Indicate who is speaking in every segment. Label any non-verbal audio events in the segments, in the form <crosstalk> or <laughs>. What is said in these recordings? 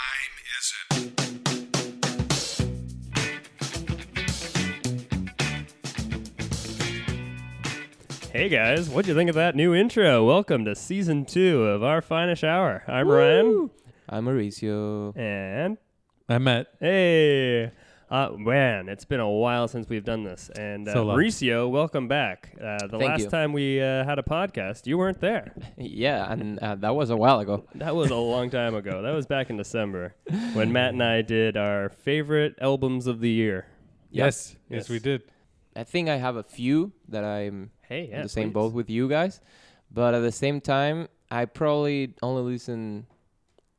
Speaker 1: is it?
Speaker 2: Hey guys, what'd you think of that new intro? Welcome to season two of our finest hour. I'm Ryan,
Speaker 3: I'm Mauricio.
Speaker 2: and
Speaker 4: I met.
Speaker 2: hey, uh, man, it's been a while since we've done this. And uh,
Speaker 4: So long.
Speaker 2: Mauricio, welcome back. Uh, the
Speaker 3: Thank
Speaker 2: last
Speaker 3: you.
Speaker 2: time we uh, had a podcast, you weren't there.
Speaker 3: <laughs> Yeah, and uh, that was a while ago.
Speaker 2: That was a long time ago. That was back in December when Matt and I did our favorite albums of the year.
Speaker 4: Yes, yes,
Speaker 2: Yes.
Speaker 4: we did.
Speaker 3: I think I have a few that I'm
Speaker 2: Hey,
Speaker 3: in the same boat with you guys, but at the same time, I probably only listen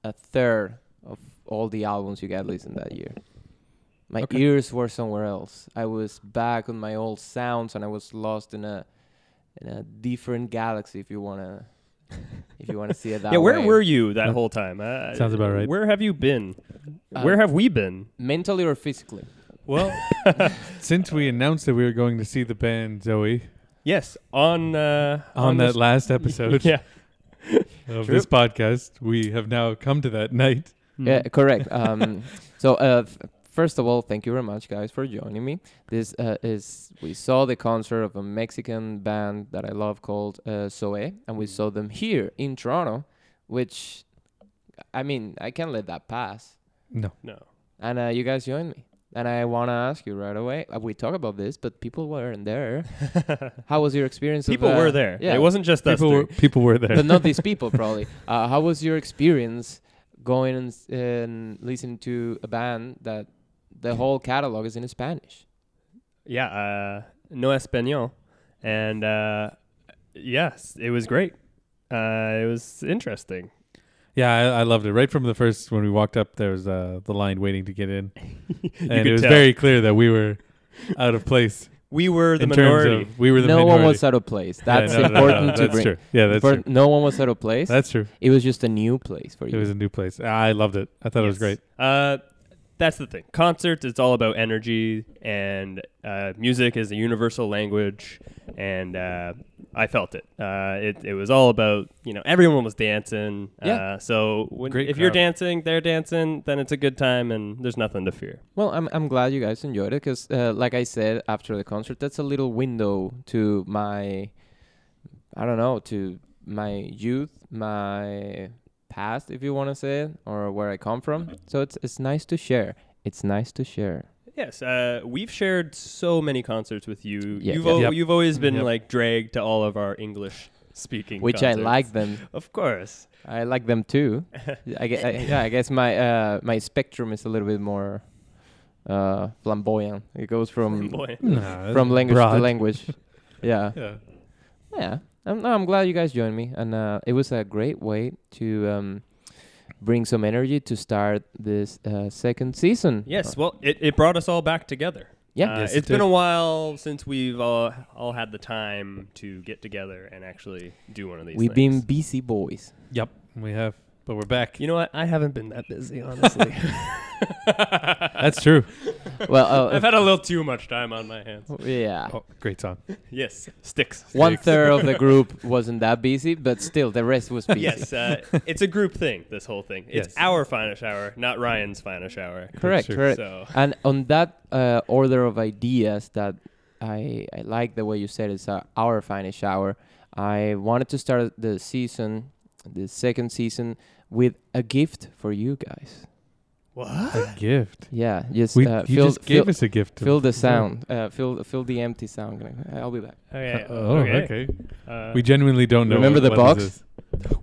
Speaker 3: a third of all the albums you got listened that year. My
Speaker 4: Okay.
Speaker 3: ears were somewhere else. I was back on my old sounds, and I was lost in a in a different galaxy. If you wanna, if you wanna see it that
Speaker 2: Yeah, where
Speaker 3: way.
Speaker 2: were you that
Speaker 4: Uh,
Speaker 2: whole time? Uh,
Speaker 4: sounds about right.
Speaker 2: Where have you been?
Speaker 3: Uh,
Speaker 2: where have we been?
Speaker 3: mentally or physically?
Speaker 4: Well, since we announced that we were going to see the band Zoe
Speaker 2: Yes, on uh,
Speaker 4: on, that
Speaker 2: this-
Speaker 4: last episode
Speaker 2: <laughs> Yeah,
Speaker 4: of this podcast, we have now come to that night.
Speaker 3: Yeah,
Speaker 2: Mm-hmm.
Speaker 3: correct.
Speaker 2: <laughs>
Speaker 3: Um, so, uh, f- first of all, thank you very much, guys, for joining me. This uh, is we saw the concert of a Mexican band that I love called uh, Zoe, and
Speaker 2: Mm-hmm.
Speaker 3: we saw them here in Toronto, which, I mean, I can't let that pass.
Speaker 4: No,
Speaker 2: no.
Speaker 3: And uh, you guys joined me. And I want to ask you right away. Uh, we talk about this, but people weren't there. How was your experience? of,
Speaker 2: <laughs> People
Speaker 3: uh,
Speaker 2: were there.
Speaker 3: Yeah,
Speaker 2: It wasn't just us.
Speaker 4: people were,
Speaker 2: three.
Speaker 4: people were there.
Speaker 3: but not these people probably. Uh, how was your experience going and, s- and listening to a band that the whole catalog is in Spanish?
Speaker 2: Yeah, uh, no español, and uh, yes, it was great. Uh, it was interesting.
Speaker 4: yeah, I, I loved it. Right from the first when we walked up, there was uh, the line waiting to get in,
Speaker 2: <laughs> you
Speaker 4: and
Speaker 2: could
Speaker 4: it was
Speaker 2: tell.
Speaker 4: very clear that we were out of place
Speaker 2: We were the
Speaker 4: in
Speaker 2: minority.
Speaker 4: terms of we were the
Speaker 3: no
Speaker 4: minority.
Speaker 3: one was out of place.
Speaker 4: Yeah,
Speaker 3: That's
Speaker 4: no, no, no, no,
Speaker 3: important to
Speaker 4: that's
Speaker 3: bring.
Speaker 4: True. Yeah, that's
Speaker 3: For-
Speaker 4: true.
Speaker 3: No one was out of place.
Speaker 4: That's true.
Speaker 3: it was just a new place for
Speaker 4: It
Speaker 3: you.
Speaker 4: was a new place. I loved it. I thought it was
Speaker 2: Yes.
Speaker 4: great.
Speaker 2: Uh, that's the thing. Concerts, it's all about energy, and uh, music is a universal language, and uh, I felt it. Uh, it. It was all about, you know, everyone was dancing.
Speaker 3: Yeah.
Speaker 2: Uh, so when,
Speaker 4: Great
Speaker 2: if you're
Speaker 4: crowd.
Speaker 2: dancing, they're dancing, then it's a good time, and there's nothing to fear.
Speaker 3: well, I'm I'm glad you guys enjoyed it because, uh, like I said after the concert, that's a little window to my, I don't know, to my youth, my past, if you want to say it, or where I come from. So it's it's nice to share. It's nice to share.
Speaker 2: Yes, uh, we've shared so many concerts with you.
Speaker 3: Yeah,
Speaker 2: you've
Speaker 3: yeah.
Speaker 2: al-
Speaker 4: Yep.
Speaker 2: you've always been
Speaker 4: Yep.
Speaker 2: like dragged to all of our English speaking,
Speaker 3: which I like them.
Speaker 2: Of <laughs> course,
Speaker 3: I like them too. I guess, yeah, I guess my uh, my spectrum is a little bit more uh, flamboyant. It goes from
Speaker 2: boy.
Speaker 4: Nah,
Speaker 3: Hmm. from language
Speaker 4: broad.
Speaker 3: to language. yeah,
Speaker 4: Yeah.
Speaker 3: yeah. I'm, no, I'm glad you guys joined me, and uh, it was a great way to um, bring some energy to start this uh, second season.
Speaker 2: Yes, well, it, it brought us all back together.
Speaker 3: Yeah.
Speaker 2: Uh,
Speaker 4: Yes, it
Speaker 2: it's been
Speaker 4: did.
Speaker 2: a while since we've all, all had the time to get together and actually do one of these.
Speaker 3: we've been
Speaker 2: things. <laughs>
Speaker 3: busy boys.
Speaker 4: Yep, we have, but we're back.
Speaker 2: You know what? I haven't been that busy, <laughs> honestly.
Speaker 4: That's true.
Speaker 3: well,
Speaker 2: <laughs>
Speaker 3: uh,
Speaker 2: I've had a little too much time on my hands.
Speaker 3: yeah.
Speaker 4: Oh, great song.
Speaker 2: Yes, sticks. <laughs>
Speaker 3: One third of the group wasn't that busy, but still the rest was busy.
Speaker 2: yes, uh, it's a group thing. This whole thing. It's
Speaker 4: Yes.
Speaker 2: our finest hour, not Ryan's finest hour.
Speaker 3: Correct,
Speaker 4: Sure.
Speaker 3: correct.
Speaker 2: So
Speaker 3: and on that uh, order of ideas that I, I like the way you said it's uh, our finest hour i wanted to start the season the second season with a gift for you guys
Speaker 2: what?
Speaker 4: A gift.
Speaker 3: yeah just
Speaker 4: We,
Speaker 3: uh,
Speaker 4: you
Speaker 3: fill,
Speaker 4: just gave
Speaker 3: fill,
Speaker 4: us a gift.
Speaker 3: fill the sound uh, fill, fill the empty sound i'll be back
Speaker 2: Okay.
Speaker 4: Uh, oh, okay.
Speaker 2: Uh,
Speaker 4: We genuinely don't know.
Speaker 3: Remember the
Speaker 4: what
Speaker 3: box?
Speaker 4: this is.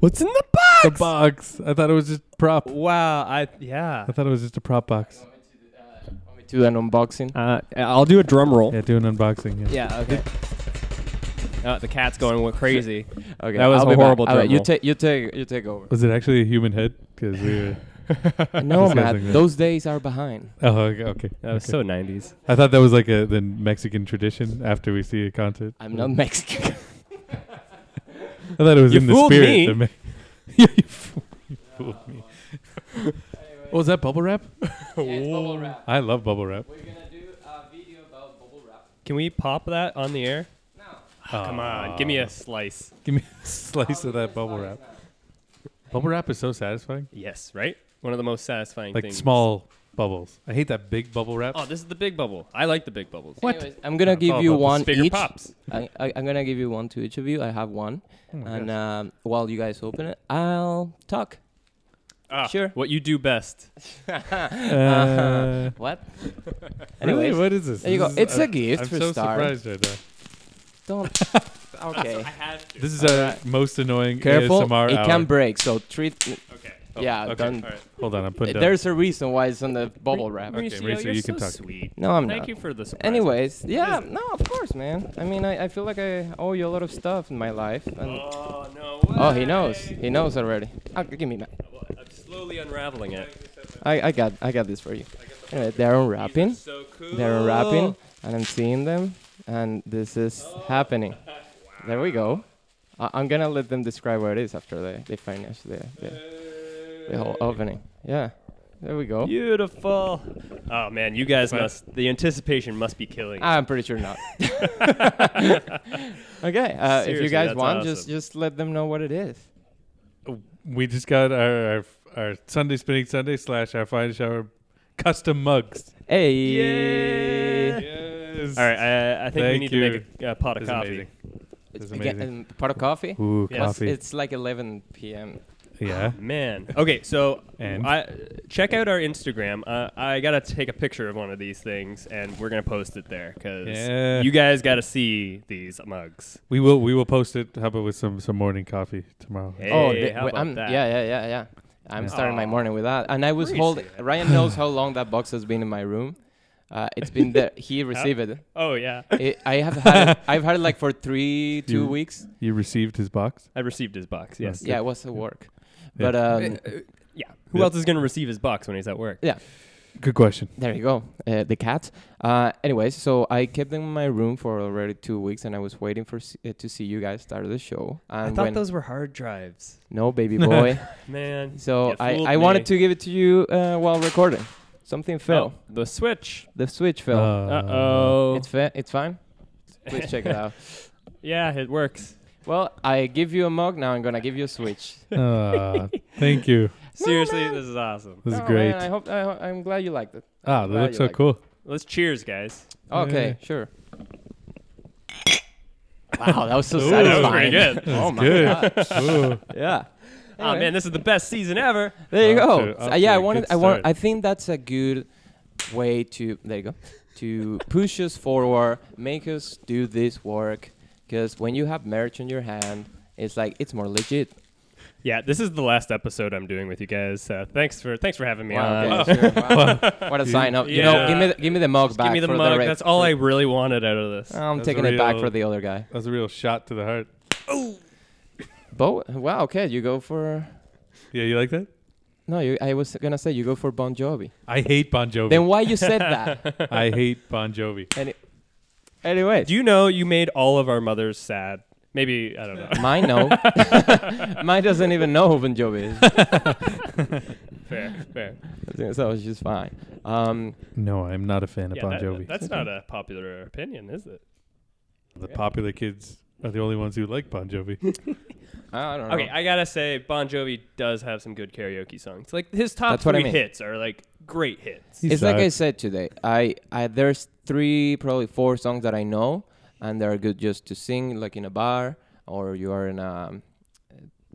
Speaker 2: What's in the
Speaker 4: The box. I thought it was just prop.
Speaker 2: Wow. I yeah.
Speaker 4: I thought it was just a prop box.
Speaker 3: to an unboxing
Speaker 2: <laughs> Uh, I'll do a drum roll.
Speaker 4: Yeah, do an unboxing. Yeah.
Speaker 3: yeah okay
Speaker 2: Uh, the cat's going wa- crazy.
Speaker 3: okay
Speaker 2: That was
Speaker 3: I'll
Speaker 2: a
Speaker 3: be back.
Speaker 2: horrible
Speaker 3: All right,
Speaker 2: drum
Speaker 3: you
Speaker 2: roll.
Speaker 3: take you take you take <laughs> over
Speaker 4: Was it actually a human head? Because we were.
Speaker 3: <laughs> no
Speaker 4: Disgusting,
Speaker 3: man
Speaker 4: man.
Speaker 3: those days are behind
Speaker 4: Oh, okay. okay.
Speaker 2: That was
Speaker 4: okay.
Speaker 2: so 90s.
Speaker 4: I thought that was like a the Mexican tradition. After we see a concert,
Speaker 3: i'm not mexican <laughs>
Speaker 4: I thought it was
Speaker 2: You
Speaker 4: in the
Speaker 2: fooled
Speaker 4: spirit.
Speaker 2: me.
Speaker 4: of Me- <laughs> you fooled, you fooled me. Oh, is that bubble wrap? I love bubble wrap.
Speaker 3: We're gonna do a video about bubble wrap.
Speaker 2: Can we pop that on the air?
Speaker 3: No.
Speaker 4: Ah.
Speaker 2: Come on, give me a <laughs> slice.
Speaker 4: Give me a slice of that bubble wrap. Bubble wrap is so satisfying.
Speaker 2: Yes, right? One of the most satisfying
Speaker 4: Like
Speaker 2: things.
Speaker 4: small bubbles. I hate that big bubble wrap.
Speaker 2: Oh, this is the big bubble. I like the big bubbles.
Speaker 4: What?
Speaker 3: Anyways, I'm gonna
Speaker 4: Yeah,
Speaker 3: give
Speaker 4: bubble
Speaker 3: you
Speaker 4: bubbles.
Speaker 3: one
Speaker 2: Bigger
Speaker 3: each.
Speaker 2: pops.
Speaker 3: I, I, I'm gonna give you one to each of you. I have one,
Speaker 4: Oh my
Speaker 3: and
Speaker 4: gosh.
Speaker 3: um, while you guys open it, I'll talk.
Speaker 2: Ah,
Speaker 3: Sure.
Speaker 2: What you do best.
Speaker 3: <laughs>
Speaker 4: Uh,
Speaker 3: What?
Speaker 4: <laughs> really?
Speaker 3: Anyways,
Speaker 4: What is this?
Speaker 3: there you go.
Speaker 4: This is-
Speaker 3: It's a
Speaker 4: I'm-
Speaker 3: gift
Speaker 4: I'm
Speaker 3: for
Speaker 4: so
Speaker 3: Star.
Speaker 4: surprised right now.
Speaker 3: <laughs> Don't. okay.
Speaker 2: have
Speaker 4: This is our most annoying
Speaker 3: Careful.
Speaker 4: ASMR
Speaker 3: it
Speaker 4: hour.
Speaker 3: can break. So treat.
Speaker 2: Oh, Okay.
Speaker 3: yeah.
Speaker 4: okay.
Speaker 3: Don't.
Speaker 2: All right.
Speaker 4: Hold on, I'm putting down.
Speaker 3: There's a reason why it's on the bubble wrap.
Speaker 4: Okay,
Speaker 2: Mauricio,
Speaker 4: Mauricio,
Speaker 2: you're
Speaker 4: you can
Speaker 2: so
Speaker 4: talk.
Speaker 2: Sweet.
Speaker 3: No, I'm
Speaker 2: Thank
Speaker 3: not.
Speaker 2: you for the surprise.
Speaker 3: Anyways, yeah,
Speaker 2: is it?
Speaker 3: no, of course, man. I mean, I, I feel like I owe you a lot of stuff in my life. And
Speaker 2: Oh no.
Speaker 3: oh, he knows. He knows already. Ah, give me that.
Speaker 2: I'm slowly unraveling it.
Speaker 3: I, I got I got this for you. Anyway, they're unwrapping.
Speaker 2: So cool.
Speaker 3: They're unwrapping, and I'm seeing them, and this is happening. There we go. I, I'm gonna let them describe what it is after they they finish the the, the whole opening. Yeah. There we go.
Speaker 2: Beautiful. Oh man, you guys
Speaker 4: But-
Speaker 2: must. The anticipation must be killing. <laughs> you.
Speaker 3: I'm pretty sure not. <laughs> okay. Uh, if
Speaker 2: Seriously,
Speaker 3: you guys
Speaker 2: that's
Speaker 3: want, just
Speaker 2: awesome.
Speaker 3: just let them know what it is.
Speaker 4: We just got our, our our Sunday spinning Sunday slash our fine shower custom mugs.
Speaker 3: Hey.
Speaker 4: Yes.
Speaker 2: All right, I, I think we
Speaker 4: Thank
Speaker 2: need
Speaker 4: you.
Speaker 2: to make a, a pot of
Speaker 4: This is
Speaker 2: coffee.
Speaker 4: amazing. This is
Speaker 3: It's again,
Speaker 4: amazing.
Speaker 3: um, pot of coffee.
Speaker 4: Ooh,
Speaker 2: Yes.
Speaker 4: coffee.
Speaker 3: It's like 11 p.m.
Speaker 4: yeah.
Speaker 2: Man. Okay, so
Speaker 4: And?
Speaker 2: I, check out our Instagram. Uh, I gotta take a picture of one of these things, and we're gonna post it there because
Speaker 4: Yeah.
Speaker 2: you guys gotta see these mugs.
Speaker 4: We will we will post it. How about with some some morning coffee tomorrow?
Speaker 2: Hey,
Speaker 3: oh, the-
Speaker 2: how
Speaker 3: wait,
Speaker 2: about
Speaker 3: I'm,
Speaker 2: that?
Speaker 3: yeah, yeah, yeah, yeah. I'm
Speaker 4: Yeah.
Speaker 3: starting my
Speaker 2: Aw.
Speaker 3: morning with that, and I was
Speaker 2: Appreciate
Speaker 3: holding.
Speaker 2: it.
Speaker 3: Ryan knows how long that box has been in my room. Uh, it's been there.
Speaker 2: <laughs>
Speaker 3: He received it.
Speaker 2: Oh yeah.
Speaker 3: It- I have had. It, I've had it like for three, two
Speaker 4: You-
Speaker 3: weeks.
Speaker 4: You received his box.
Speaker 2: I received his box. Yes.
Speaker 3: Yeah, it was at work,
Speaker 4: Yeah.
Speaker 3: but um,
Speaker 2: Yeah. Who
Speaker 4: Yep.
Speaker 2: else is gonna receive his box when he's at work?
Speaker 4: Good question.
Speaker 3: There you go. Uh, the cat. Uh, anyways, so I kept them in my room for already two weeks, and I was waiting for s- uh, to see you guys start the show. And
Speaker 2: I thought
Speaker 3: when-
Speaker 2: those were hard drives.
Speaker 3: no
Speaker 2: <laughs>
Speaker 3: baby boy.
Speaker 2: Man.
Speaker 3: so
Speaker 2: You
Speaker 3: I,
Speaker 2: fooled
Speaker 3: I
Speaker 2: me.
Speaker 3: wanted to give it to you uh, while recording. Something fell.
Speaker 2: Oh, the switch.
Speaker 3: The switch fell.
Speaker 2: Uh oh.
Speaker 3: It's fa- it's fine. Please check it
Speaker 2: <laughs>
Speaker 3: out.
Speaker 2: Yeah, it works.
Speaker 3: Well, I give you a mug now. I'm gonna give you a switch.
Speaker 4: Ah, <laughs> thank you.
Speaker 2: Seriously, this is awesome.
Speaker 4: This is
Speaker 3: Oh,
Speaker 4: great.
Speaker 3: Man, I hope I, ho- I'm glad you liked it.
Speaker 4: ah, that
Speaker 3: glad
Speaker 4: looks
Speaker 3: you
Speaker 4: so
Speaker 3: like it.
Speaker 4: cool.
Speaker 2: Let's cheers, guys.
Speaker 3: Okay, sure. Wow, that was so satisfying.
Speaker 2: that was pretty good.
Speaker 3: <laughs> oh my
Speaker 4: good.
Speaker 3: god.
Speaker 4: <laughs>
Speaker 3: Ah,
Speaker 4: Ooh.
Speaker 3: Yeah.
Speaker 2: Oh man, this is the best season ever.
Speaker 3: There you
Speaker 4: Off
Speaker 3: go.
Speaker 4: to-
Speaker 3: So,
Speaker 4: off to
Speaker 3: yeah, I
Speaker 4: a
Speaker 3: wanted.
Speaker 4: good
Speaker 3: I want.
Speaker 4: start.
Speaker 3: I think that's a good way to. There you go. To push us forward, make us do this work, because when you have merch in your hand, it's like it's more legit.
Speaker 2: Yeah, this is the last episode I'm doing with you guys. Uh, thanks for thanks for having me on. <laughs>
Speaker 3: Wow, okay, sure. Wow. What a sign up. You know,
Speaker 2: Yeah.
Speaker 3: give me the, give me the mug
Speaker 2: Just
Speaker 3: back.
Speaker 2: give me the
Speaker 3: for Uh,
Speaker 2: mug.
Speaker 3: The rest.
Speaker 2: That's all I really wanted out of this.
Speaker 3: I'm
Speaker 4: That's
Speaker 3: taking it back
Speaker 4: real.
Speaker 3: for the other guy.
Speaker 4: That was a real shot to the heart.
Speaker 3: But wow, okay, you go for.
Speaker 4: Yeah, you like that?
Speaker 3: No, you, I was gonna say you go for Bon Jovi.
Speaker 4: I hate Bon Jovi.
Speaker 3: Then why you
Speaker 2: <laughs>
Speaker 3: said that?
Speaker 4: I hate Bon Jovi.
Speaker 3: Any, anyway,
Speaker 2: Do you know you made all of our mothers sad? Maybe I don't know.
Speaker 3: <laughs> mine
Speaker 2: <laughs>
Speaker 3: no. mine doesn't even know who Bon Jovi is.
Speaker 2: fair, fair.
Speaker 3: so it's just fine. Um,
Speaker 4: No, I'm not a fan of
Speaker 2: Yeah,
Speaker 4: Bon
Speaker 2: that-
Speaker 4: Jovi.
Speaker 2: that's not a popular opinion, is it?
Speaker 4: the popular kids are the only ones who like Bon Jovi.
Speaker 3: I don't know.
Speaker 2: Okay, I gotta say Bon Jovi does have some good karaoke songs. Like his top
Speaker 3: That's
Speaker 2: three
Speaker 3: what I mean.
Speaker 2: hits are like great hits.
Speaker 4: He
Speaker 3: it's like I
Speaker 4: sucks.
Speaker 3: said today. I, I there's three, probably four songs that I know, and they're good just to sing, like in a bar or you are in a,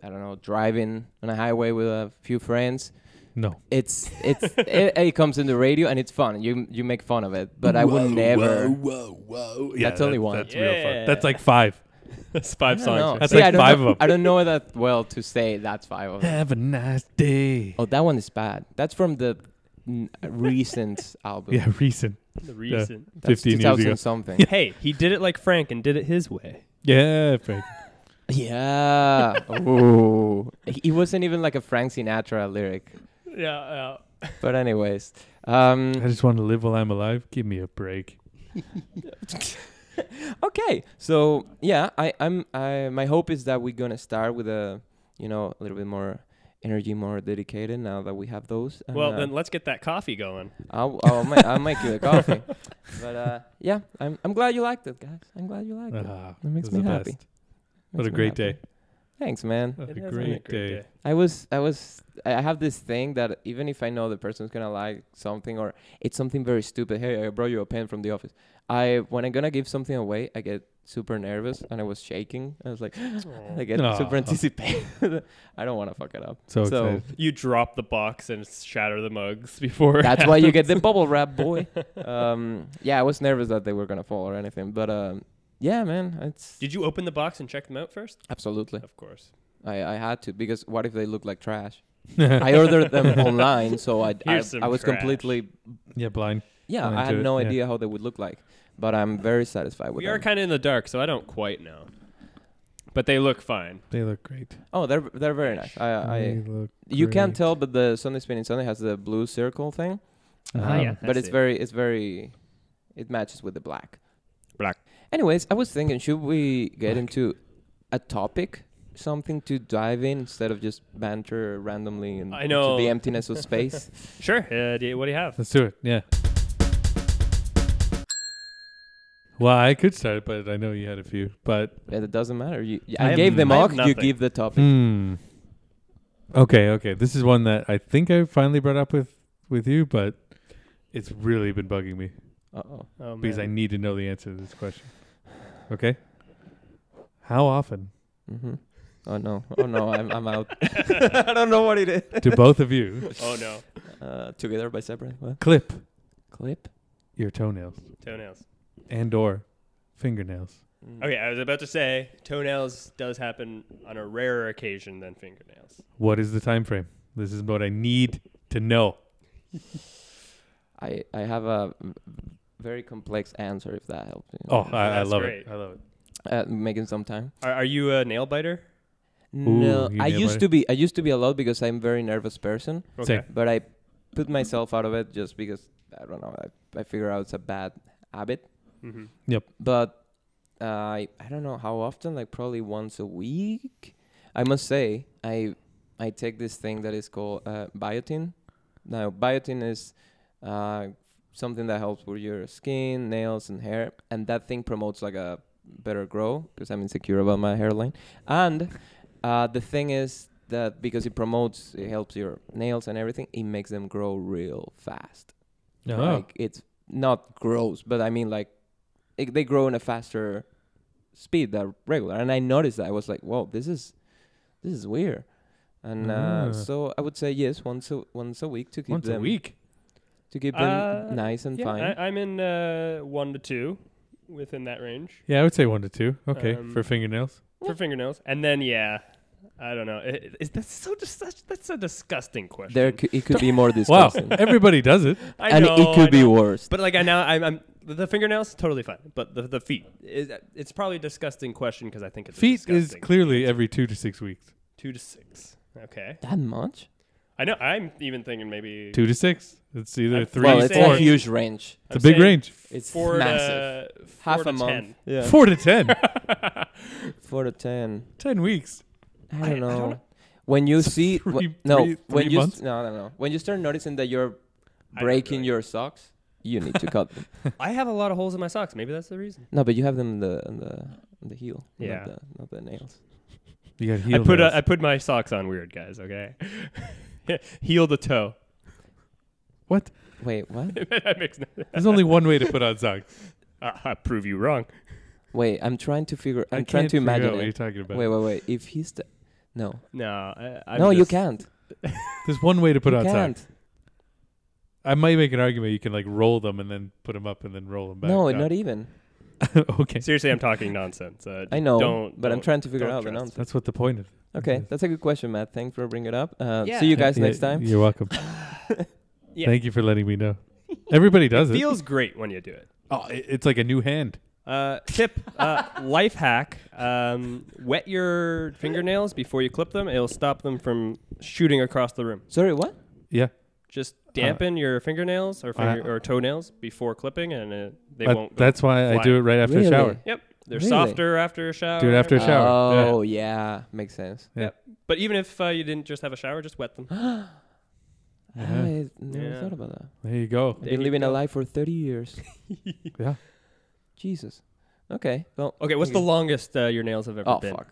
Speaker 3: I don't know, driving on a highway with a few friends.
Speaker 4: no.
Speaker 3: It's
Speaker 4: <laughs>
Speaker 3: it's it, it comes in the radio and it's fun. You you make fun of it, but I would never.
Speaker 4: Whoa, whoa, whoa. Yeah,
Speaker 3: That's only
Speaker 4: that-
Speaker 3: one.
Speaker 4: That's real fun.
Speaker 2: Yeah.
Speaker 4: That's like five.
Speaker 2: That's five
Speaker 3: <laughs> I don't know.
Speaker 2: songs.
Speaker 4: That's
Speaker 3: See,
Speaker 4: like
Speaker 3: I don't
Speaker 4: five
Speaker 3: know-
Speaker 4: of 'em.
Speaker 3: I don't know that well to say that's five of them.
Speaker 4: Have a nice day.
Speaker 3: Oh, that one is bad. That's from the n-
Speaker 4: <laughs>
Speaker 3: recent album.
Speaker 4: Yeah, recent.
Speaker 2: The recent.
Speaker 3: That's
Speaker 4: 15 years
Speaker 3: 2000
Speaker 4: ago. <laughs>
Speaker 3: something.
Speaker 2: Hey, he did it like Frank and did it his way.
Speaker 4: Yeah, Frank.
Speaker 3: Yeah.
Speaker 4: <laughs>
Speaker 3: Ooh. It wasn't even like a Frank Sinatra lyric.
Speaker 2: Yeah,
Speaker 3: But anyways,
Speaker 4: I
Speaker 3: um,
Speaker 4: just want to live while I'm alive. Give me a break.
Speaker 3: okay. So yeah, I, I'm. I my hope is that we're gonna start with a, you know, a little bit more energy, more dedicated. Now that we have those. And,
Speaker 2: Well,
Speaker 3: uh,
Speaker 2: then let's get that coffee going.
Speaker 3: I'll I'll, ma- I'll make you a coffee. <laughs> but uh, yeah, I'm I'm glad you liked it, guys. I'm glad you liked it.
Speaker 4: Ah,
Speaker 3: That makes
Speaker 4: this is
Speaker 3: me
Speaker 4: the
Speaker 3: happy.
Speaker 4: best. What
Speaker 3: Makes
Speaker 4: a
Speaker 3: me
Speaker 4: great
Speaker 3: happy.
Speaker 4: day.
Speaker 3: Thanks, man.
Speaker 4: That'd be
Speaker 2: It has been
Speaker 4: great, day.
Speaker 3: I was I was I I have this thing that even if I know the person's gonna like something or it's something very stupid, hey, I brought you a pen from the office. I when I'm gonna give something away, I get super nervous and I was shaking. I was like, <laughs> I get super
Speaker 4: Aw.
Speaker 3: anticipated. <laughs> I don't want to fuck it up.
Speaker 4: So,
Speaker 3: So-
Speaker 4: excited.
Speaker 2: You drop the box and shatter the mugs <laughs> before. it
Speaker 3: <laughs> That's why
Speaker 2: <laughs>
Speaker 3: you get the
Speaker 2: happens.
Speaker 3: bubble wrap, boy. Um, yeah, I was nervous that they were gonna fall or anything, but um, yeah, man, it's
Speaker 2: Did you open the box and check them out first?
Speaker 3: absolutely.
Speaker 2: Of course.
Speaker 3: I, I had to because what if they look like trash?
Speaker 4: <laughs>
Speaker 3: I ordered
Speaker 2: <laughs>
Speaker 3: them online, so I I,
Speaker 2: Here's some
Speaker 3: I was
Speaker 2: trash.
Speaker 3: completely
Speaker 4: yeah, blind.
Speaker 3: Yeah,
Speaker 4: and
Speaker 3: I had
Speaker 4: into it,
Speaker 3: no
Speaker 4: yeah.
Speaker 3: idea how they would look like, but I'm very satisfied with
Speaker 2: We are
Speaker 3: them.
Speaker 2: kind of in the dark, so I don't quite know. But they look fine.
Speaker 4: They look great.
Speaker 3: oh, they're they're very nice.
Speaker 4: Uh,
Speaker 3: I, I
Speaker 4: They look
Speaker 3: you can't
Speaker 4: Mm, great.
Speaker 3: tell, but the Sunday Spinning Sunday has the blue circle thing,
Speaker 4: Uh-huh.
Speaker 2: Ah, yeah.
Speaker 3: but
Speaker 2: That's
Speaker 3: it's
Speaker 2: it.
Speaker 3: very it's very it matches with the black.
Speaker 2: Black.
Speaker 3: Anyways, I was thinking, should we get into a topic? Something to dive in instead of just banter randomly and
Speaker 2: I
Speaker 3: into
Speaker 2: know.
Speaker 3: the emptiness of
Speaker 2: <laughs>
Speaker 3: space.
Speaker 2: Sure. Uh, do you- what do you have?
Speaker 4: Let's do it. Yeah. Well, I could start it, but I know you had a few. But
Speaker 3: and it doesn't matter. You,
Speaker 2: I
Speaker 3: I,
Speaker 2: have
Speaker 3: gave the
Speaker 2: n- I have
Speaker 3: mock. You
Speaker 2: nothing.
Speaker 3: give the topic.
Speaker 4: hmm. Okay, okay. This is one that I think I finally brought up with with you, but it's really been bugging me
Speaker 3: Uh oh.
Speaker 2: Oh,
Speaker 4: because I
Speaker 2: man.
Speaker 4: need to know the answer to this question. Okay. How often
Speaker 3: hmm Oh no. Oh no. I'm
Speaker 2: <laughs>
Speaker 3: I'm out. <laughs> I don't know what it is.
Speaker 4: <laughs> do both of you
Speaker 2: Oh no,
Speaker 3: Uh, together by separate. What?
Speaker 4: clip
Speaker 3: Clip.
Speaker 4: your toenails
Speaker 2: toenails.
Speaker 4: and or fingernails?
Speaker 3: Mm.
Speaker 2: Okay, I was about to say toenails does happen on a rarer occasion than fingernails.
Speaker 4: What is the time frame? This is what I need to know.
Speaker 3: I I have a very complex answer if that helps. You
Speaker 4: Oh, I, I
Speaker 2: That's
Speaker 4: love
Speaker 2: great.
Speaker 4: it. I love it.
Speaker 3: Uh, making some time.
Speaker 2: Are, are you a nail biter?
Speaker 3: no,
Speaker 4: you
Speaker 3: I
Speaker 4: nail biter.
Speaker 3: used to be. I used to be a lot because I'm a very nervous person.
Speaker 4: Same.
Speaker 3: But I put myself out of it just because I don't know. I I figure out it's a bad habit.
Speaker 2: Mhm.
Speaker 3: But uh, I I don't know how often. Like probably once a week. I must say I I take this thing that is called uh, biotin. Now biotin is uh, something that helps with your skin, nails, and hair, and that thing promotes like a better grow because I'm insecure about my hairline. And uh, the thing is that because it promotes, it helps your nails and everything, it makes them grow real fast.
Speaker 4: Oh,
Speaker 3: Like it's not gross, but I mean like it, they grow in a faster speed than regular. And I noticed that I was like, whoa, this is this is weird. And
Speaker 4: Ah.
Speaker 3: uh, so I would say yes, once a once a week to keep
Speaker 4: once
Speaker 3: them
Speaker 4: a week.
Speaker 3: to keep them
Speaker 2: Uh,
Speaker 3: nice and
Speaker 2: Yeah,
Speaker 3: fine.
Speaker 2: I, I'm in uh, one to two, within that range
Speaker 4: Yeah, I would say one to two. Okay,
Speaker 2: Um,
Speaker 4: for fingernails.
Speaker 2: for fingernails. And then yeah, I don't know. It, it, that's so dis- that's, that's a disgusting question.
Speaker 3: there, cou- it could
Speaker 4: <laughs>
Speaker 3: be more
Speaker 4: Wow,
Speaker 3: disgusting,
Speaker 4: everybody does it.
Speaker 2: I
Speaker 3: and
Speaker 2: know,
Speaker 3: it could
Speaker 2: I
Speaker 3: be
Speaker 2: know.
Speaker 3: worse.
Speaker 2: But like I now I'm, I'm the fingernails totally fine, but the the feet is it's probably a disgusting question because I think it's a
Speaker 4: Feet is
Speaker 2: disgusting.
Speaker 4: clearly every two to six weeks.
Speaker 2: two to six. Okay,
Speaker 3: That much?
Speaker 2: I know. I'm even thinking maybe
Speaker 4: Two to six. It's either
Speaker 2: I'm
Speaker 4: three,
Speaker 3: well,
Speaker 4: or
Speaker 3: it's
Speaker 4: four.
Speaker 3: a huge range.
Speaker 4: It's a big range.
Speaker 3: It's
Speaker 2: Four
Speaker 3: massive.
Speaker 2: to four
Speaker 3: Half
Speaker 2: to
Speaker 3: a month.
Speaker 2: 10.
Speaker 3: Yeah.
Speaker 4: Four to ten.
Speaker 3: <laughs>
Speaker 4: <laughs>
Speaker 3: Four to ten.
Speaker 4: ten weeks.
Speaker 3: I
Speaker 2: I
Speaker 3: don't know.
Speaker 2: don't-
Speaker 3: when you see wh-
Speaker 4: Three-
Speaker 3: no,
Speaker 4: three-
Speaker 3: when
Speaker 4: three
Speaker 3: you
Speaker 4: months?
Speaker 3: s- no, no, no. When you start noticing that you're
Speaker 2: I don't
Speaker 3: breaking
Speaker 2: really-
Speaker 3: your socks, you need to cut
Speaker 4: <laughs>
Speaker 3: them.
Speaker 2: I have a lot of holes in my socks. Maybe that's the reason.
Speaker 3: No, but you have them in the in the in the heel.
Speaker 2: Yeah.
Speaker 3: Not the, not the nails.
Speaker 4: You got
Speaker 2: I
Speaker 4: heel
Speaker 2: put
Speaker 4: nails.
Speaker 2: a, I put my socks on weird guys. Okay, <laughs> heel to toe.
Speaker 3: Wait, what?
Speaker 2: <laughs> that makes no,
Speaker 4: There's only one way to put on socks.
Speaker 2: <laughs> I, I prove you wrong.
Speaker 3: Wait, I'm trying to figure.
Speaker 4: I
Speaker 3: <laughs> I'm trying
Speaker 4: can't
Speaker 3: to
Speaker 4: figure out
Speaker 3: imagine
Speaker 4: what you're
Speaker 3: it.
Speaker 4: talking about.
Speaker 3: Wait, wait, wait. If he's the no,
Speaker 2: No, I, I'm
Speaker 3: no, you
Speaker 2: just-
Speaker 3: can't.
Speaker 4: There's one way to put
Speaker 3: you
Speaker 4: on
Speaker 3: can't.
Speaker 4: socks. I might make an argument. You can like roll them and then put them up and then roll them back.
Speaker 3: No,
Speaker 4: up.
Speaker 3: not e even.
Speaker 4: <laughs>
Speaker 3: <laughs>
Speaker 4: okay.
Speaker 2: Seriously, I'm talking nonsense. Uh,
Speaker 3: I know,
Speaker 2: Don't,
Speaker 3: but I'm
Speaker 2: don't-
Speaker 3: trying to figure
Speaker 2: don't
Speaker 3: out the
Speaker 2: trust.
Speaker 3: nonsense.
Speaker 4: That's what the point is.
Speaker 3: Okay,
Speaker 4: Yes.
Speaker 3: that's a good question, Matt. Thanks for bringing it up. Uh,
Speaker 2: Yeah.
Speaker 3: See you guys
Speaker 4: Yeah,
Speaker 3: next time.
Speaker 4: You're
Speaker 3: <laughs>
Speaker 4: welcome.
Speaker 2: Yeah.
Speaker 4: Thank you for letting me know. Everybody does it.
Speaker 2: Feels great when you do it.
Speaker 4: oh, it- it's like a new hand.
Speaker 2: Uh, tip,
Speaker 3: <laughs>
Speaker 2: uh, life hack: um, wet your fingernails before you clip them. It'll stop them from shooting across the room.
Speaker 3: Sorry, what?
Speaker 4: Yeah.
Speaker 2: Just
Speaker 4: Uh,
Speaker 2: dampen your fingernails or
Speaker 4: I-
Speaker 2: finger, or toenails before clipping, and uh, they
Speaker 4: Uh,
Speaker 2: won't. go
Speaker 4: that's why I
Speaker 2: flying.
Speaker 4: do it right after
Speaker 3: Really?
Speaker 4: a shower.
Speaker 2: Yep, they're
Speaker 3: Really?
Speaker 2: softer after a shower. Uh,
Speaker 4: Do it after a shower. Yeah.
Speaker 3: Oh yeah. makes sense.
Speaker 2: But even if uh, you didn't just have a shower, just
Speaker 3: <gasps>
Speaker 2: wet them.
Speaker 4: Uh-huh.
Speaker 3: I never
Speaker 2: Yeah.
Speaker 3: thought about that.
Speaker 4: There you
Speaker 2: <laughs>
Speaker 4: go.
Speaker 3: I've
Speaker 2: There
Speaker 3: been
Speaker 2: you
Speaker 3: living a
Speaker 2: go.
Speaker 3: life for 30 years. <laughs>
Speaker 4: Yeah.
Speaker 3: Jesus. Okay. Well.
Speaker 2: Okay, what's the longest uh, your nails have ever
Speaker 3: Oh
Speaker 2: been?
Speaker 3: fuck.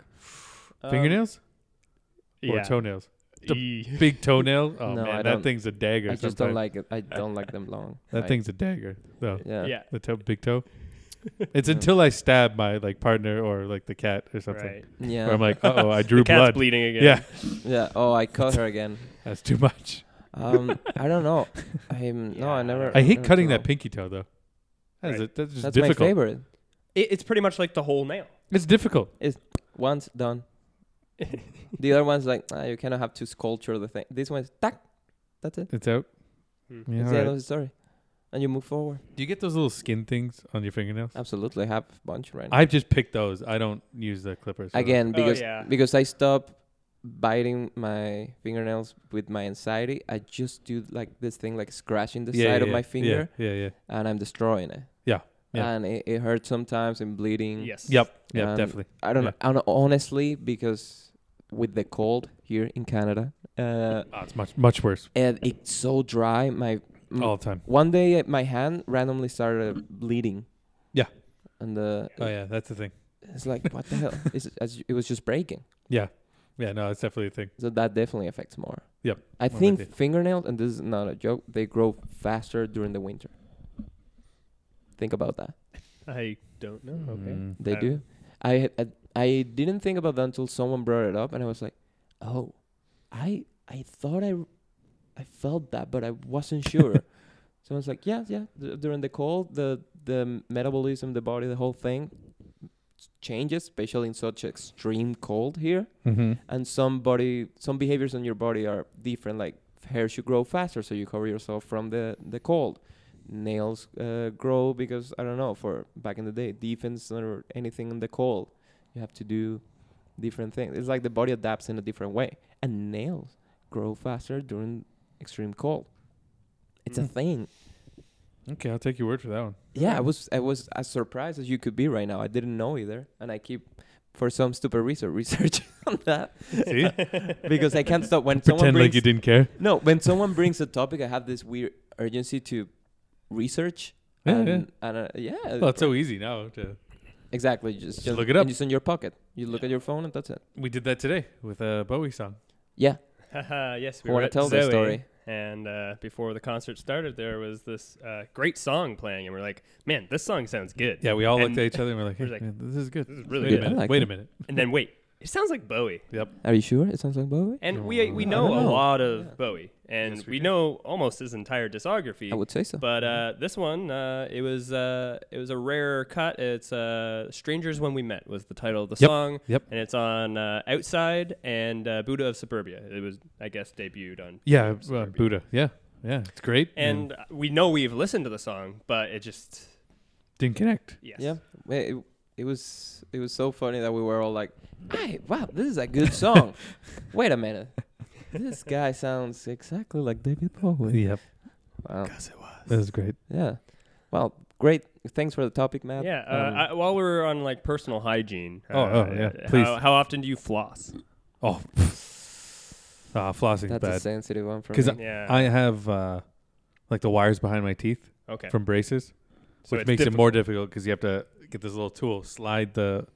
Speaker 2: Um,
Speaker 4: Fingernails or
Speaker 2: Yeah.
Speaker 4: toenails? the
Speaker 2: E-
Speaker 4: <laughs> Big
Speaker 3: <laughs>
Speaker 4: toenail. Oh
Speaker 3: No,
Speaker 4: man,
Speaker 3: I don't-
Speaker 4: that thing's a dagger.
Speaker 3: I just don't
Speaker 4: sometimes.
Speaker 3: like it. I don't like them long.
Speaker 4: <laughs> that
Speaker 3: I-
Speaker 4: thing's a dagger. No,
Speaker 3: <laughs> Yeah.
Speaker 2: yeah.
Speaker 4: the toe, big
Speaker 3: <laughs>
Speaker 4: toe. It's
Speaker 3: Yeah.
Speaker 4: until I stab my like partner or like the cat or something.
Speaker 2: Right.
Speaker 3: Yeah.
Speaker 4: Where I'm like, uh
Speaker 2: <laughs>
Speaker 4: oh, I drew
Speaker 2: the cat's
Speaker 4: blood.
Speaker 2: bleeding again.
Speaker 4: Yeah,
Speaker 3: yeah. Oh, I caught her again.
Speaker 4: that's too much.
Speaker 3: Um,
Speaker 4: <laughs>
Speaker 3: I don't know. I'm no, <laughs> I
Speaker 2: Yeah.
Speaker 3: never.
Speaker 4: I hate
Speaker 3: never
Speaker 4: cutting
Speaker 3: draw.
Speaker 4: that pinky toe though. That's,
Speaker 2: Right.
Speaker 4: a- that's just
Speaker 3: That's my
Speaker 4: difficult.
Speaker 3: favorite.
Speaker 2: It, it's pretty much like the whole nail. <laughs>
Speaker 4: It's difficult.
Speaker 3: One's done. the other one's like ah, you kind of have to sculpture the thing. This one's tack. That's it.
Speaker 4: It's out.
Speaker 2: Hmm.
Speaker 4: Yeah, all
Speaker 3: It's the
Speaker 4: right.
Speaker 3: end of the story, and you move forward.
Speaker 4: Do you get those little skin things on your fingernails?
Speaker 3: Absolutely, I have a bunch right now.
Speaker 4: I've just picked those. I don't use the clippers. for those.
Speaker 3: Again,
Speaker 2: Oh,
Speaker 3: because
Speaker 2: yeah.
Speaker 3: because I stop biting my fingernails with my anxiety, I just do like this thing, like scratching the side of my finger,
Speaker 4: Yeah, yeah, yeah.
Speaker 3: and I'm destroying it.
Speaker 4: Yeah, yeah.
Speaker 3: And it, it hurts sometimes and bleeding.
Speaker 2: Yes.
Speaker 4: Yep, yep,
Speaker 3: Um,
Speaker 4: definitely.
Speaker 3: I don't
Speaker 4: yeah.
Speaker 3: know. I don't- honestly because with the cold here in Canada, uh,
Speaker 4: Oh, it's much much worse
Speaker 3: and it's so dry. My mm,
Speaker 4: all the time.
Speaker 3: one day uh, my hand randomly started bleeding.
Speaker 4: Yeah.
Speaker 3: And uh,
Speaker 4: Oh yeah, that's the thing.
Speaker 3: it's like what the hell? It's, it's, it was just breaking.
Speaker 4: Yeah, yeah. No, it's definitely a thing.
Speaker 3: So that definitely affects more.
Speaker 4: Yep,
Speaker 3: I
Speaker 4: with you.
Speaker 3: think fingernails, and this is not a joke, they grow faster during the winter. Think about that.
Speaker 2: I don't know. <laughs> Okay.
Speaker 4: Mm.
Speaker 3: They
Speaker 2: I-
Speaker 3: do. I, had- I I didn't think about that until someone brought it up, and I was like, oh, I I thought I I felt that, but I wasn't sure. Someone's like, yeah, yeah. d- during the cold, the the metabolism, the body, the whole thing changes, especially in such extreme cold here
Speaker 4: Mhm.
Speaker 3: and some body some behaviors on your body are different like hair should grow faster so you cover yourself from the the cold nails uh, grow because i don't know for back in the day defense or anything in the cold you have to do different things it's like the body adapts in a different way and nails grow faster during extreme cold it's a
Speaker 4: Mm.
Speaker 3: thing
Speaker 4: Okay, I'll take your word for
Speaker 3: <laughs>
Speaker 4: that one.
Speaker 3: yeah i was i was as surprised as you could be right now i didn't know either and i keep for some stupid <laughs> research research on that
Speaker 4: See,
Speaker 3: because i can't stop when someone
Speaker 4: <laughs> pretend
Speaker 3: brings
Speaker 4: like you didn't care.
Speaker 3: no, when someone brings a topic, I have this weird urgency to research.
Speaker 4: Yeah,
Speaker 3: and,
Speaker 4: yeah.
Speaker 3: And, uh, yeah,
Speaker 4: Well, it's so easy now. To,
Speaker 3: exactly. Just, just
Speaker 4: look it
Speaker 3: and
Speaker 4: up.
Speaker 3: It's in your pocket. You look at your phone, and that's it.
Speaker 4: we did that today with a Bowie song.
Speaker 3: Yeah,
Speaker 2: Haha, yes, we
Speaker 3: I
Speaker 2: were
Speaker 3: want to
Speaker 2: at
Speaker 3: tell
Speaker 2: Zoe,
Speaker 3: the story.
Speaker 2: And uh, before the concert started, there was this uh, great song playing, and we're like, "Man, this song sounds good."
Speaker 4: Yeah, we all looked
Speaker 2: And-
Speaker 4: at each other and we're like,
Speaker 2: we're
Speaker 4: hey,
Speaker 2: like,
Speaker 4: man, "This is good.
Speaker 2: this is really
Speaker 4: Wait
Speaker 3: good.
Speaker 4: a
Speaker 3: I
Speaker 4: minute.
Speaker 3: like
Speaker 4: Wait
Speaker 3: it.
Speaker 4: a minute.
Speaker 2: And then wait, it sounds like Bowie.
Speaker 3: Are you sure? It sounds like Bowie.
Speaker 2: And we
Speaker 3: Oh,
Speaker 2: we
Speaker 4: I
Speaker 2: know
Speaker 4: don't
Speaker 2: a
Speaker 4: know.
Speaker 2: lot of
Speaker 3: Yeah.
Speaker 2: Bowie, and
Speaker 4: Yes, we
Speaker 2: we,
Speaker 4: do.
Speaker 2: know almost his entire discography.
Speaker 3: I would say so.
Speaker 2: But uh, this one, uh, it was uh, it was a rare cut. It's uh, "Strangers When We Met" was the title of the
Speaker 4: Yep,
Speaker 2: song.
Speaker 4: yep.
Speaker 2: And it's on uh, "Outside" and uh, "Buddha of Suburbia." It was, I guess, debuted on.
Speaker 4: Yeah,
Speaker 2: Buddha of
Speaker 4: uh,
Speaker 2: Suburbia.
Speaker 4: Buddha. Yeah, yeah. It's great.
Speaker 2: And uh, we know we've listened to the song, but it just
Speaker 4: didn't connect.
Speaker 2: yes.
Speaker 3: yeah, Well, it, it was it was so funny that we were all like, "Hey, wow, this is a good
Speaker 4: <laughs>
Speaker 3: song." Wait a minute, this guy sounds exactly like David Bowie.
Speaker 4: Yep,
Speaker 3: Wow.
Speaker 4: that was great.
Speaker 3: Yeah. Well, great. Thanks for the topic, Matt.
Speaker 2: Yeah. Uh,
Speaker 3: Um,
Speaker 2: I, while we're on like personal hygiene.
Speaker 4: Oh,
Speaker 2: uh,
Speaker 4: oh, yeah,
Speaker 2: how-
Speaker 4: please.
Speaker 2: How, often do you floss?
Speaker 4: Oh, ah, flossing's
Speaker 3: that's a
Speaker 4: bad.
Speaker 3: sensitive one for me.
Speaker 4: 'Cause I-
Speaker 2: Yeah.
Speaker 4: I have uh, like the wires behind my teeth
Speaker 2: okay.
Speaker 4: from braces,
Speaker 2: So
Speaker 4: which
Speaker 2: it's
Speaker 4: makes it
Speaker 2: difficult.
Speaker 4: more difficult because you have to get this little tool, slide the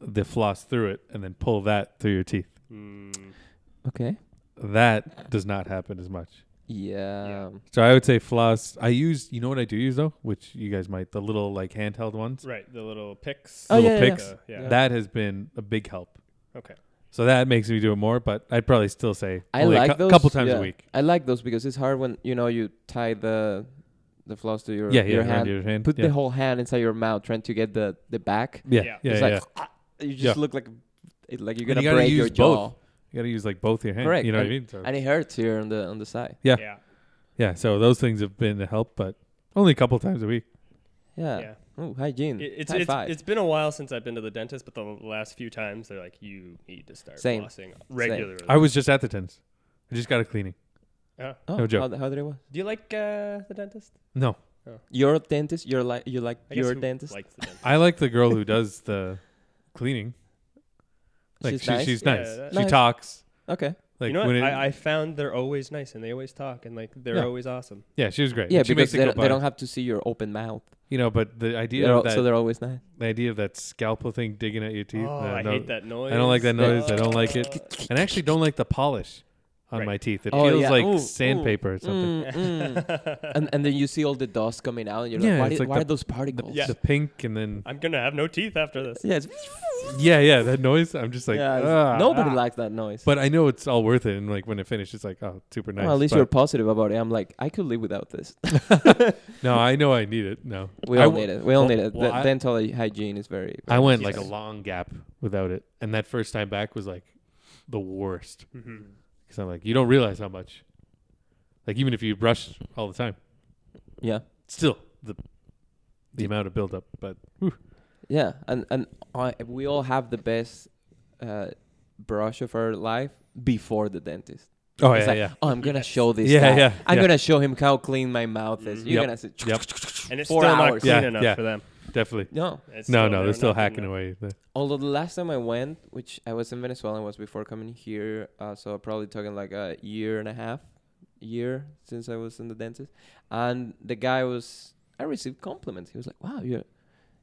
Speaker 4: the floss through it, and then pull that through your teeth.
Speaker 2: Mm,
Speaker 3: okay.
Speaker 4: That does not happen as much.
Speaker 3: Yeah.
Speaker 4: So I would say floss. I use, you know what I do use though, which you guys might, the little like handheld ones.
Speaker 2: right. The little picks.
Speaker 3: Oh,
Speaker 4: little
Speaker 3: yeah, yeah,
Speaker 4: picks.
Speaker 2: Uh, yeah.
Speaker 3: Yeah.
Speaker 4: That has been a big help.
Speaker 2: Okay.
Speaker 4: So that makes me do it more, but I'd probably still say
Speaker 3: I
Speaker 4: only
Speaker 3: like
Speaker 4: a cou-
Speaker 3: those,
Speaker 4: couple times
Speaker 3: yeah.
Speaker 4: a week.
Speaker 3: I like those because it's hard when you know you tie the the floss to your
Speaker 4: Yeah, yeah,
Speaker 3: your
Speaker 4: around
Speaker 3: hand.
Speaker 4: your hand.
Speaker 3: Put
Speaker 4: yeah.
Speaker 3: the whole hand inside your mouth trying to get the the back.
Speaker 4: yeah,
Speaker 2: Yeah.
Speaker 4: yeah,
Speaker 3: it's
Speaker 4: yeah.
Speaker 3: like ah, you just
Speaker 4: Yeah.
Speaker 3: look like it, like you're
Speaker 4: And
Speaker 3: gonna
Speaker 4: you gotta
Speaker 3: break your
Speaker 4: use both.
Speaker 3: jaw,
Speaker 4: You gotta use like both your hands.
Speaker 3: Correct.
Speaker 4: You know what I mean? So,
Speaker 3: and it hurts here on the on the side.
Speaker 4: Yeah.
Speaker 2: Yeah.
Speaker 4: yeah. So those things have been a help, but only a couple times a week.
Speaker 3: Yeah.
Speaker 2: yeah.
Speaker 3: Oh, hygiene.
Speaker 2: It- it's
Speaker 3: High
Speaker 2: it's,
Speaker 3: five.
Speaker 2: it's been a while since I've been to the dentist, but the last few times they're like, you need to start
Speaker 3: Same.
Speaker 2: flossing regularly.
Speaker 4: I was just at the dentist. I just got a cleaning.
Speaker 2: Uh,
Speaker 3: oh,
Speaker 4: no joke.
Speaker 3: How, how did it work?
Speaker 2: do you like uh, the dentist?
Speaker 4: No,
Speaker 3: Your dentist. Your like you like
Speaker 2: I guess
Speaker 3: your
Speaker 2: who
Speaker 3: dentist.
Speaker 2: likes the dentist.
Speaker 4: I like the girl
Speaker 3: <laughs>
Speaker 4: who does the cleaning. Like
Speaker 3: She's
Speaker 4: she-
Speaker 3: nice?
Speaker 4: she's
Speaker 2: Yeah,
Speaker 4: nice.
Speaker 2: that-
Speaker 4: she
Speaker 3: Nice.
Speaker 4: talks.
Speaker 3: okay.
Speaker 4: Like
Speaker 2: you know what?
Speaker 4: when it,
Speaker 2: I, I found they're always nice and they always talk and like they're
Speaker 4: Yeah.
Speaker 2: always awesome.
Speaker 4: yeah, she was great.
Speaker 3: Yeah,
Speaker 4: she
Speaker 3: because
Speaker 4: makes it
Speaker 3: they,
Speaker 4: go
Speaker 3: don't- they
Speaker 4: by.
Speaker 3: don't have to see your open mouth.
Speaker 4: you know, but the idea
Speaker 3: They're
Speaker 4: of
Speaker 3: al-
Speaker 4: that,
Speaker 3: so they're always nice.
Speaker 4: the idea of that scalpel thing digging at your teeth.
Speaker 2: oh,
Speaker 4: uh,
Speaker 2: I
Speaker 4: no,
Speaker 2: hate that noise.
Speaker 4: I don't like that
Speaker 3: Yeah.
Speaker 4: noise. I don't like it, and I
Speaker 3: <laughs>
Speaker 4: actually don't like the polish on
Speaker 2: Right.
Speaker 4: my teeth. It
Speaker 3: Oh,
Speaker 4: feels
Speaker 3: yeah.
Speaker 4: like
Speaker 3: Ooh, ooh.
Speaker 4: sandpaper or something.
Speaker 3: Mm, mm.
Speaker 2: <laughs>
Speaker 3: and and then you see all the dust coming out, and you're
Speaker 4: Yeah,
Speaker 3: like, why,
Speaker 4: it's
Speaker 3: did,
Speaker 4: like
Speaker 3: why
Speaker 4: the-
Speaker 3: are those particles?
Speaker 2: Yeah.
Speaker 4: The pink and then
Speaker 2: I'm gonna have no teeth after this.
Speaker 3: Yeah, it's,
Speaker 4: yeah, yeah, that noise. I'm just like
Speaker 3: yeah, it's-
Speaker 4: "Ah,
Speaker 3: nobody
Speaker 4: ah."
Speaker 3: likes that noise.
Speaker 4: But I know it's all worth it, and like when it finished, it's like oh, super nice.
Speaker 3: well, at least
Speaker 4: but
Speaker 3: you're positive about it. I'm like, I could live without this. <laughs>
Speaker 4: no, I know I need it. No,
Speaker 3: We
Speaker 4: I
Speaker 3: all
Speaker 4: w-
Speaker 3: need it. We all
Speaker 4: well-
Speaker 3: need it.
Speaker 4: well,
Speaker 3: The-
Speaker 4: I-
Speaker 3: dental hygiene is very.
Speaker 4: I went like a
Speaker 3: Yes.
Speaker 4: long gap without it, and that first time back was like the worst
Speaker 2: Mhm.
Speaker 4: because I'm like you don't realize how much, like even if you brush all the time,
Speaker 3: Yeah,
Speaker 4: still the the amount of buildup. But
Speaker 3: yeah, and and I, we all have the best uh, brush of our life before the dentist.
Speaker 4: oh
Speaker 3: It's like, Oh, I'm gonna show this.
Speaker 4: Yeah,
Speaker 3: guy.
Speaker 4: yeah,
Speaker 3: I'm
Speaker 4: yeah. Mm-hmm.
Speaker 3: gonna show him how clean my mouth is.
Speaker 2: Mhm.
Speaker 3: You're
Speaker 4: Yep.
Speaker 3: gonna say,
Speaker 4: Yep.
Speaker 2: And it's
Speaker 3: Four
Speaker 2: still not
Speaker 3: hours.
Speaker 2: clean
Speaker 4: Yeah,
Speaker 2: enough
Speaker 4: yeah.
Speaker 2: for them.
Speaker 4: definitely.
Speaker 3: no.
Speaker 2: It's
Speaker 4: No, no, they're still
Speaker 2: not
Speaker 4: hacking
Speaker 2: clean enough.
Speaker 4: away. <laughs> The,
Speaker 3: Although the last time I went, which I was in Venezuela, was before coming here, uh, so probably talking like a year and a half, year since I was in the dentist, and the guy was, I received compliments. He was like, "Wow, you're,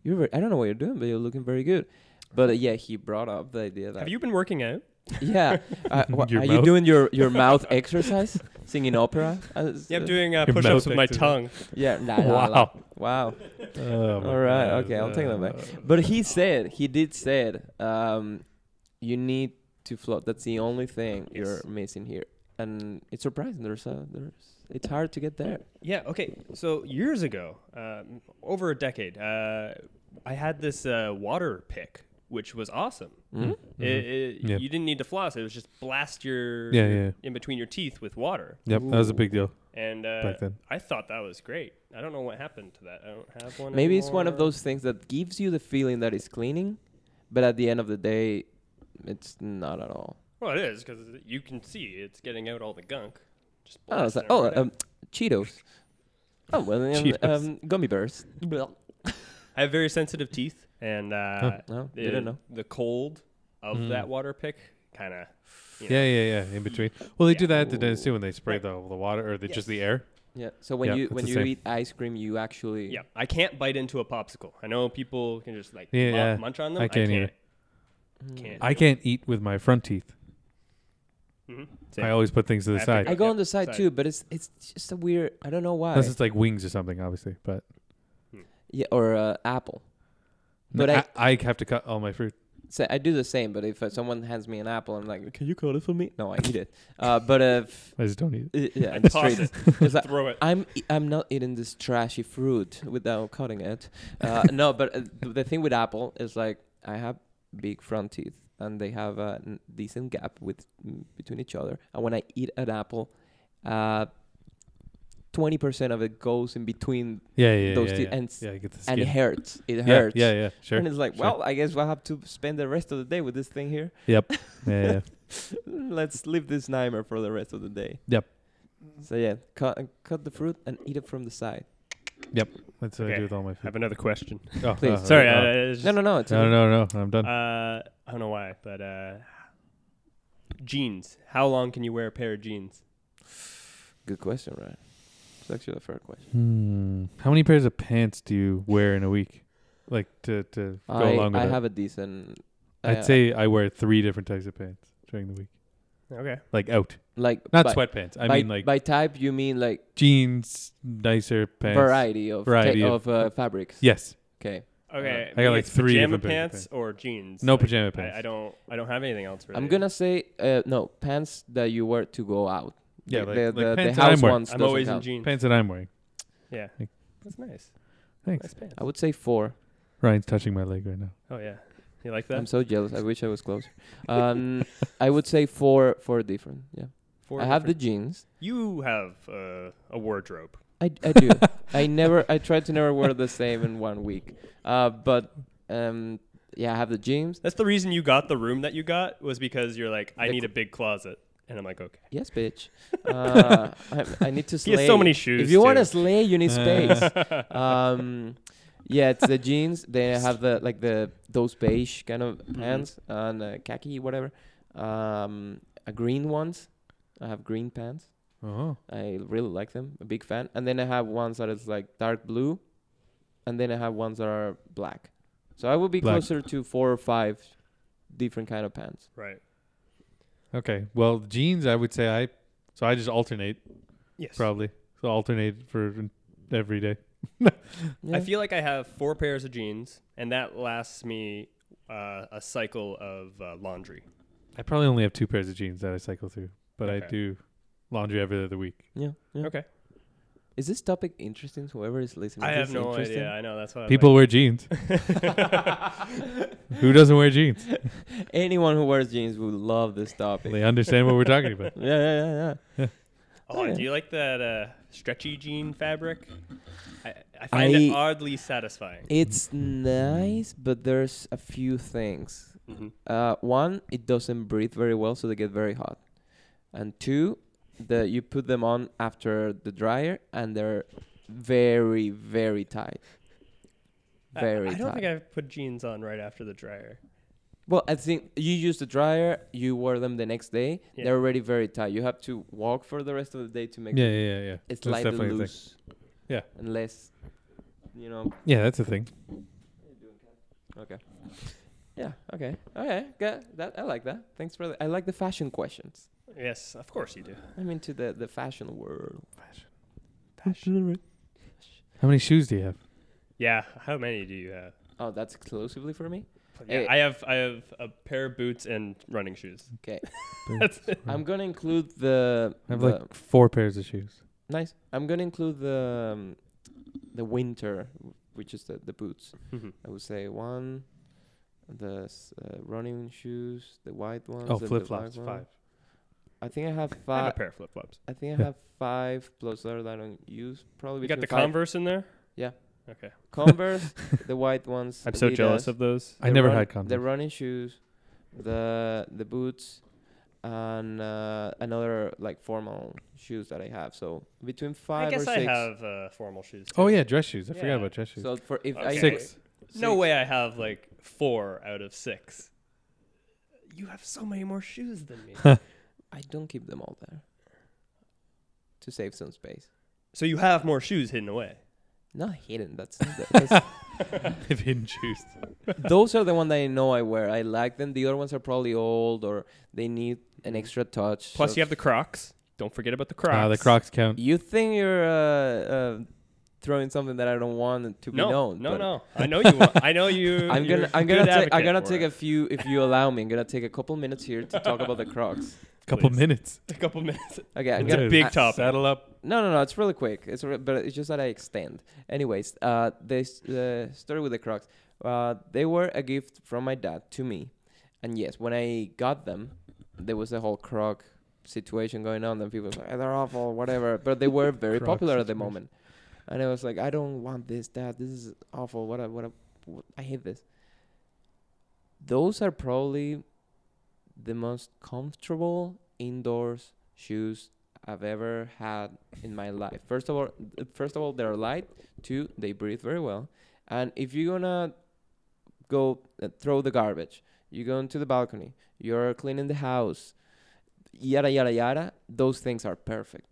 Speaker 3: you're, very, I don't know what you're doing, but you're looking very good." But uh, yeah, he brought up the idea that
Speaker 2: Have you been working out? <laughs>
Speaker 3: yeah,
Speaker 4: <laughs>
Speaker 3: uh, wha-
Speaker 4: Your
Speaker 3: are you
Speaker 4: mouth?
Speaker 3: doing your your
Speaker 4: <laughs>
Speaker 3: mouth exercise, singing opera? Uh, s-
Speaker 2: Yeah, I'm
Speaker 3: uh,
Speaker 2: doing uh,
Speaker 4: Your
Speaker 2: push-ups
Speaker 4: mouth
Speaker 2: with my
Speaker 4: acted.
Speaker 2: tongue.
Speaker 3: yeah, nah, nah, nah,
Speaker 4: Wow.
Speaker 3: wow.
Speaker 4: Oh, my
Speaker 3: All right,
Speaker 4: God.
Speaker 3: okay, I'll take that back.
Speaker 4: Uh,
Speaker 3: But he said, he did said, um, you need to float. That's the only thing
Speaker 2: Yes.
Speaker 3: you're missing here, and it's surprising. There's a there's. It's hard to get there.
Speaker 2: Yeah. Okay. So years ago, um, over a decade, uh, I had this uh, water pick, which was awesome.
Speaker 3: Mm.
Speaker 2: It, it,
Speaker 4: Mm-hmm. Yeah.
Speaker 2: You didn't need to floss; it was just blast your
Speaker 4: Yeah, yeah.
Speaker 2: in between your teeth with water,
Speaker 4: Yep, that was a big deal.
Speaker 2: and uh,
Speaker 4: Back then.
Speaker 2: I thought that was great. I don't know what happened to that. I don't have one.
Speaker 3: Maybe it's one of
Speaker 2: anymore.
Speaker 3: those things that gives you the feeling that it's cleaning, but at the end of the day, it's not at all.
Speaker 2: Well, it is because you can see it's getting out all the gunk. Just
Speaker 3: Oh, it's
Speaker 2: blasting
Speaker 3: like,
Speaker 2: it
Speaker 3: oh,
Speaker 2: right out.
Speaker 3: um, Cheetos. Oh well, then,
Speaker 4: Cheetos.
Speaker 3: um, gummy bears. Blech.
Speaker 2: <laughs> I have very sensitive teeth, and uh,
Speaker 3: No,
Speaker 2: the,
Speaker 3: didn't know.
Speaker 2: the cold of
Speaker 4: Mm.
Speaker 2: that water pick kind of.
Speaker 4: Yeah, yeah, yeah. In between. Well, they do
Speaker 2: Yeah.
Speaker 4: that at the dentist too when they spray
Speaker 2: Right.
Speaker 4: the, the water or the, just the air.
Speaker 3: Yeah. So when
Speaker 4: Yeah,
Speaker 3: you
Speaker 4: it's
Speaker 3: when
Speaker 4: the
Speaker 3: you
Speaker 4: same.
Speaker 3: eat ice cream, you actually
Speaker 2: Yeah, I can't bite into a popsicle. I know people can just like
Speaker 4: Yeah,
Speaker 2: mu-
Speaker 4: yeah.
Speaker 2: munch on them.
Speaker 4: I
Speaker 2: I
Speaker 4: can't
Speaker 2: can't.
Speaker 4: either.
Speaker 3: Mm.
Speaker 2: Can't.
Speaker 4: I can't eat with my front teeth.
Speaker 2: Mhm.
Speaker 4: I always put things to
Speaker 2: I
Speaker 4: the
Speaker 2: have to
Speaker 4: side.
Speaker 3: I go
Speaker 2: Yeah,
Speaker 3: on the side
Speaker 2: side.
Speaker 3: too, but it's it's just a weird. I don't know why.
Speaker 4: Unless it's like wings or something, obviously. But
Speaker 3: Yeah, or uh, apple.
Speaker 4: no,
Speaker 3: But I-
Speaker 4: I, I have to cut all my fruit.
Speaker 3: So I do the same, but if uh, someone hands me an apple, I'm like, "Can you cut it for me?" No, I eat it. <laughs> Uh, but if
Speaker 4: I just don't eat it.
Speaker 3: i- yeah,
Speaker 2: I
Speaker 3: it's
Speaker 2: toss
Speaker 3: straight.
Speaker 2: it. <laughs>
Speaker 3: <laughs> It's like,
Speaker 2: Throw it.
Speaker 3: I'm e- I'm not eating this trashy fruit without cutting it. Uh, no, but uh, th- the thing with apple is like I have big front teeth and they have a n- decent gap with mm, between each other. And when I eat an apple, uh, twenty percent of it goes in between
Speaker 4: Yeah, yeah,
Speaker 3: those
Speaker 4: yeah.
Speaker 3: teeth
Speaker 4: yeah.
Speaker 3: and s-
Speaker 4: yeah, I get the skin.
Speaker 3: and it hurts. It
Speaker 4: yeah,
Speaker 3: hurts.
Speaker 4: Yeah, yeah, sure.
Speaker 3: And it's like,
Speaker 4: sure.
Speaker 3: well, I guess we'll have to spend the rest of the day with this thing here.
Speaker 4: <laughs>
Speaker 3: <laughs>
Speaker 4: Yep. Yeah, yeah.
Speaker 3: Let's leave this Nightmare for the rest of the day.
Speaker 4: Yep.
Speaker 3: So yeah, cut cut the fruit and eat it from the side.
Speaker 4: That's what I
Speaker 2: Okay.
Speaker 4: do with all my
Speaker 2: I have
Speaker 4: food.
Speaker 2: another question.
Speaker 4: Oh,
Speaker 3: Please.
Speaker 4: oh,
Speaker 2: Sorry,
Speaker 4: oh.
Speaker 2: uh, it's
Speaker 3: No,
Speaker 2: just-
Speaker 3: no, no. It's
Speaker 4: no, no, no. I'm done.
Speaker 2: Uh, I don't know why, but uh, jeans. How long can you wear a pair of jeans?
Speaker 3: Good question, right? It's actually a fair question.
Speaker 4: Hmm. How many pairs of pants do you wear in a week? Like to to go
Speaker 3: I,
Speaker 4: along with
Speaker 3: I
Speaker 4: that?
Speaker 3: have a decent.
Speaker 4: I'd
Speaker 3: uh,
Speaker 4: say I wear three different types of pants during the week.
Speaker 3: Uh,
Speaker 2: Okay.
Speaker 4: Like out,
Speaker 3: like
Speaker 4: not
Speaker 3: by,
Speaker 4: sweatpants. I
Speaker 3: by,
Speaker 4: mean like
Speaker 3: by type you mean like
Speaker 4: jeans, nicer pants.
Speaker 3: variety of
Speaker 4: Variety
Speaker 3: ta-
Speaker 4: of-
Speaker 3: of uh, fabrics.
Speaker 4: Yes.
Speaker 3: Okay,
Speaker 2: Okay.
Speaker 4: I got, like,
Speaker 2: it's
Speaker 4: three
Speaker 2: pajama
Speaker 4: different pairs of
Speaker 2: pants or jeans.
Speaker 4: No
Speaker 2: Like,
Speaker 4: pajama
Speaker 2: I-
Speaker 4: pants.
Speaker 2: I, don't. I don't have anything else. Really.
Speaker 3: I'm gonna say uh, no pants that you wear to go out.
Speaker 4: Yeah,
Speaker 3: the,
Speaker 4: like-
Speaker 3: the,
Speaker 4: like
Speaker 3: the,
Speaker 4: pants
Speaker 3: the
Speaker 4: that I'm
Speaker 3: house
Speaker 4: wearing.
Speaker 3: ones.
Speaker 2: I'm
Speaker 3: doesn't
Speaker 2: always in
Speaker 3: count.
Speaker 2: jeans.
Speaker 4: Pants that I'm wearing.
Speaker 2: Yeah.
Speaker 4: Like-
Speaker 2: That's nice.
Speaker 4: Thanks.
Speaker 2: Nice pants.
Speaker 3: I would say four.
Speaker 4: Ryan's touching my leg right now.
Speaker 2: Oh yeah. You like
Speaker 3: I'm
Speaker 2: that?
Speaker 3: so jealous. I wish I was closer. Um, I would say four, four different. Yeah,
Speaker 2: Four
Speaker 3: I have the
Speaker 2: different-
Speaker 3: jeans.
Speaker 2: You have uh, a wardrobe.
Speaker 3: I, I do. <laughs> I never. I try to never wear the same in one week. Uh, but um, yeah, I have the jeans.
Speaker 2: That's the reason you got the room that you got was because you're like, I
Speaker 3: The
Speaker 2: need
Speaker 3: cl-
Speaker 2: a big closet, and I'm like, okay.
Speaker 3: Yes, bitch. Uh, I, I need to
Speaker 2: <laughs> He
Speaker 3: slay.
Speaker 2: has so many shoes.
Speaker 3: If you want to
Speaker 2: too.
Speaker 3: slay, you
Speaker 4: Uh.
Speaker 3: need space.
Speaker 2: <laughs>
Speaker 3: um, yeah, it's the jeans. Then I have the
Speaker 2: Mm-hmm.
Speaker 3: like the those beige kind of pants and uh, khaki, whatever. Um, a green ones. I have green pants.
Speaker 4: Oh,
Speaker 3: I really like them. A big fan. And then I have ones that is like dark blue, and then I have ones that are black. So I would be
Speaker 4: Black.
Speaker 3: closer to four or five different kind of pants.
Speaker 2: Right.
Speaker 4: okay. Well, jeans. I would say I. So I just alternate
Speaker 2: Yes.
Speaker 4: probably. So alternate for every day.
Speaker 3: Yeah.
Speaker 2: I feel like I have four pairs of jeans, and that lasts me uh, a cycle of uh, laundry.
Speaker 4: I probably only have two pairs of jeans that I cycle through, but I
Speaker 2: Okay.
Speaker 4: do laundry every other week.
Speaker 3: yeah. yeah.
Speaker 2: Okay.
Speaker 3: Is this topic interesting? to Whoever is listening,
Speaker 2: I
Speaker 3: Is
Speaker 2: have
Speaker 3: this
Speaker 2: no
Speaker 3: interesting?
Speaker 2: idea. I know that's why
Speaker 4: People wear jeans.
Speaker 3: <laughs>
Speaker 4: <laughs> Who doesn't wear jeans?
Speaker 3: Anyone who wears jeans would love this topic.
Speaker 4: They understand what we're talking about.
Speaker 3: <laughs> yeah, yeah, yeah, yeah.
Speaker 2: <laughs> Oh,
Speaker 3: Yeah.
Speaker 2: do you like that uh, stretchy jean fabric? I, I find it
Speaker 3: I-
Speaker 2: oddly satisfying.
Speaker 3: It's nice, but there's a few things.
Speaker 2: Mhm.
Speaker 3: Uh, one, it doesn't breathe very well, so they get very hot. And two, that you put them on after the dryer, and they're very, very tight.
Speaker 2: I-
Speaker 3: Very
Speaker 2: I, don't
Speaker 3: tight.
Speaker 2: think I've put jeans on right after the dryer.
Speaker 3: Well, I think you use the dryer, you wear them the next day.
Speaker 2: Yeah.
Speaker 3: They're already very tight. You have to walk for the rest of the day to make
Speaker 4: Yeah,
Speaker 3: them-
Speaker 4: yeah, yeah, yeah.
Speaker 3: It's
Speaker 4: That's
Speaker 3: lightly
Speaker 4: definitely a thing.
Speaker 3: loose.
Speaker 4: Yeah.
Speaker 3: Unless, you know.
Speaker 4: Yeah, that's a thing.
Speaker 3: Okay. Yeah. Okay. Okay. Good. That I like that. Thanks for. The, I like the fashion questions.
Speaker 2: Yes, of course you do.
Speaker 3: I'm into the the fashion world.
Speaker 4: How many shoes do you have?
Speaker 2: Yeah, how many do you have?
Speaker 3: Oh, that's exclusively for me.
Speaker 2: Yeah,
Speaker 3: Eh.
Speaker 2: I have I have a pair of boots and running shoes.
Speaker 3: Okay.
Speaker 2: That's it.
Speaker 3: I'm gonna include the.
Speaker 4: I have
Speaker 3: the-
Speaker 4: like four pairs of shoes.
Speaker 3: nice. I'm gonna include the um, the winter, which is the the boots.
Speaker 2: Mhm.
Speaker 3: I would say one, the s- uh, running shoes, the white ones.
Speaker 4: Oh,
Speaker 3: and the
Speaker 4: flip flops,
Speaker 3: black one.
Speaker 4: five.
Speaker 3: I think I have
Speaker 2: I have a
Speaker 3: five.
Speaker 2: pair of flip flops.
Speaker 3: I think I
Speaker 4: Yeah.
Speaker 3: have five plus the other that I don't use. Probably
Speaker 2: You got the
Speaker 3: between five-
Speaker 2: Converse in there. <laughs>
Speaker 3: Converse, the white ones.
Speaker 2: I'm so jealous
Speaker 3: Adidas,
Speaker 2: of those.
Speaker 4: I
Speaker 3: the
Speaker 4: never
Speaker 3: run-
Speaker 4: had
Speaker 3: The
Speaker 4: Converse.
Speaker 3: running shoes, the the boots, and uh, another like formal shoes that I have. So between five
Speaker 2: I guess
Speaker 3: or
Speaker 2: I
Speaker 3: six.
Speaker 2: have uh, formal shoes.
Speaker 4: Oh
Speaker 2: too.
Speaker 4: yeah, dress shoes. I
Speaker 2: Yeah.
Speaker 4: forgot about dress shoes.
Speaker 3: So for if I
Speaker 2: Okay.
Speaker 4: Six.
Speaker 2: No way I have like four out of six. You have so many more shoes than <laughs> me.
Speaker 3: I don't keep them all there. To save some space.
Speaker 2: so you have more shoes hidden away.
Speaker 3: Not hidden.
Speaker 2: <laughs>
Speaker 3: That's, that's
Speaker 4: They've <laughs> hidden shoes.
Speaker 3: those are the ones that I know I wear. I like them. The other ones are probably old or they need an extra touch.
Speaker 2: Plus
Speaker 3: so
Speaker 2: you have the Crocs. Don't forget about Uh, the Crocs.
Speaker 4: Ah, the Crocs count.
Speaker 3: You think you're uh, uh, throwing something that I don't want to be
Speaker 2: No,
Speaker 3: known?
Speaker 2: no,
Speaker 3: but
Speaker 2: no. I know you. want- I know you. <laughs>
Speaker 3: I'm
Speaker 2: you're
Speaker 3: gonna, I'm
Speaker 2: a
Speaker 3: gonna,
Speaker 2: good
Speaker 3: take, I'm
Speaker 2: advocate
Speaker 3: gonna
Speaker 2: for
Speaker 3: take a
Speaker 2: it.
Speaker 3: few, if you allow me, I'm gonna take a couple minutes here to talk about the Crocs.
Speaker 4: Couple
Speaker 2: please.
Speaker 4: minutes.
Speaker 2: a couple minutes.
Speaker 3: Okay, I'm
Speaker 4: It's
Speaker 3: gonna,
Speaker 4: a
Speaker 2: big
Speaker 3: I-
Speaker 2: topic.
Speaker 4: Saddle up.
Speaker 3: No, no, no. It's really quick. It's re- but it's just that I extend. Anyways, uh, this uh, story with the Crocs. Uh, they were a gift from my dad to me, and yes, when I got them, there was a whole Croc situation going on. Then people were like, "Ah, they're awful, whatever. But they
Speaker 4: <laughs>
Speaker 3: were very
Speaker 4: Croc
Speaker 3: popular at the
Speaker 4: situation.
Speaker 3: moment, and I was like, I don't want this, Dad. This is awful. What? I, what? I, what I hate this. Those are probably the most comfortable indoors shoes I've ever had in my life. First of all, first of all, they're light. Two, they breathe very well. And if you're gonna go uh, throw the garbage, you go into the balcony, you're cleaning the house, yada yada yada. Those things are perfect.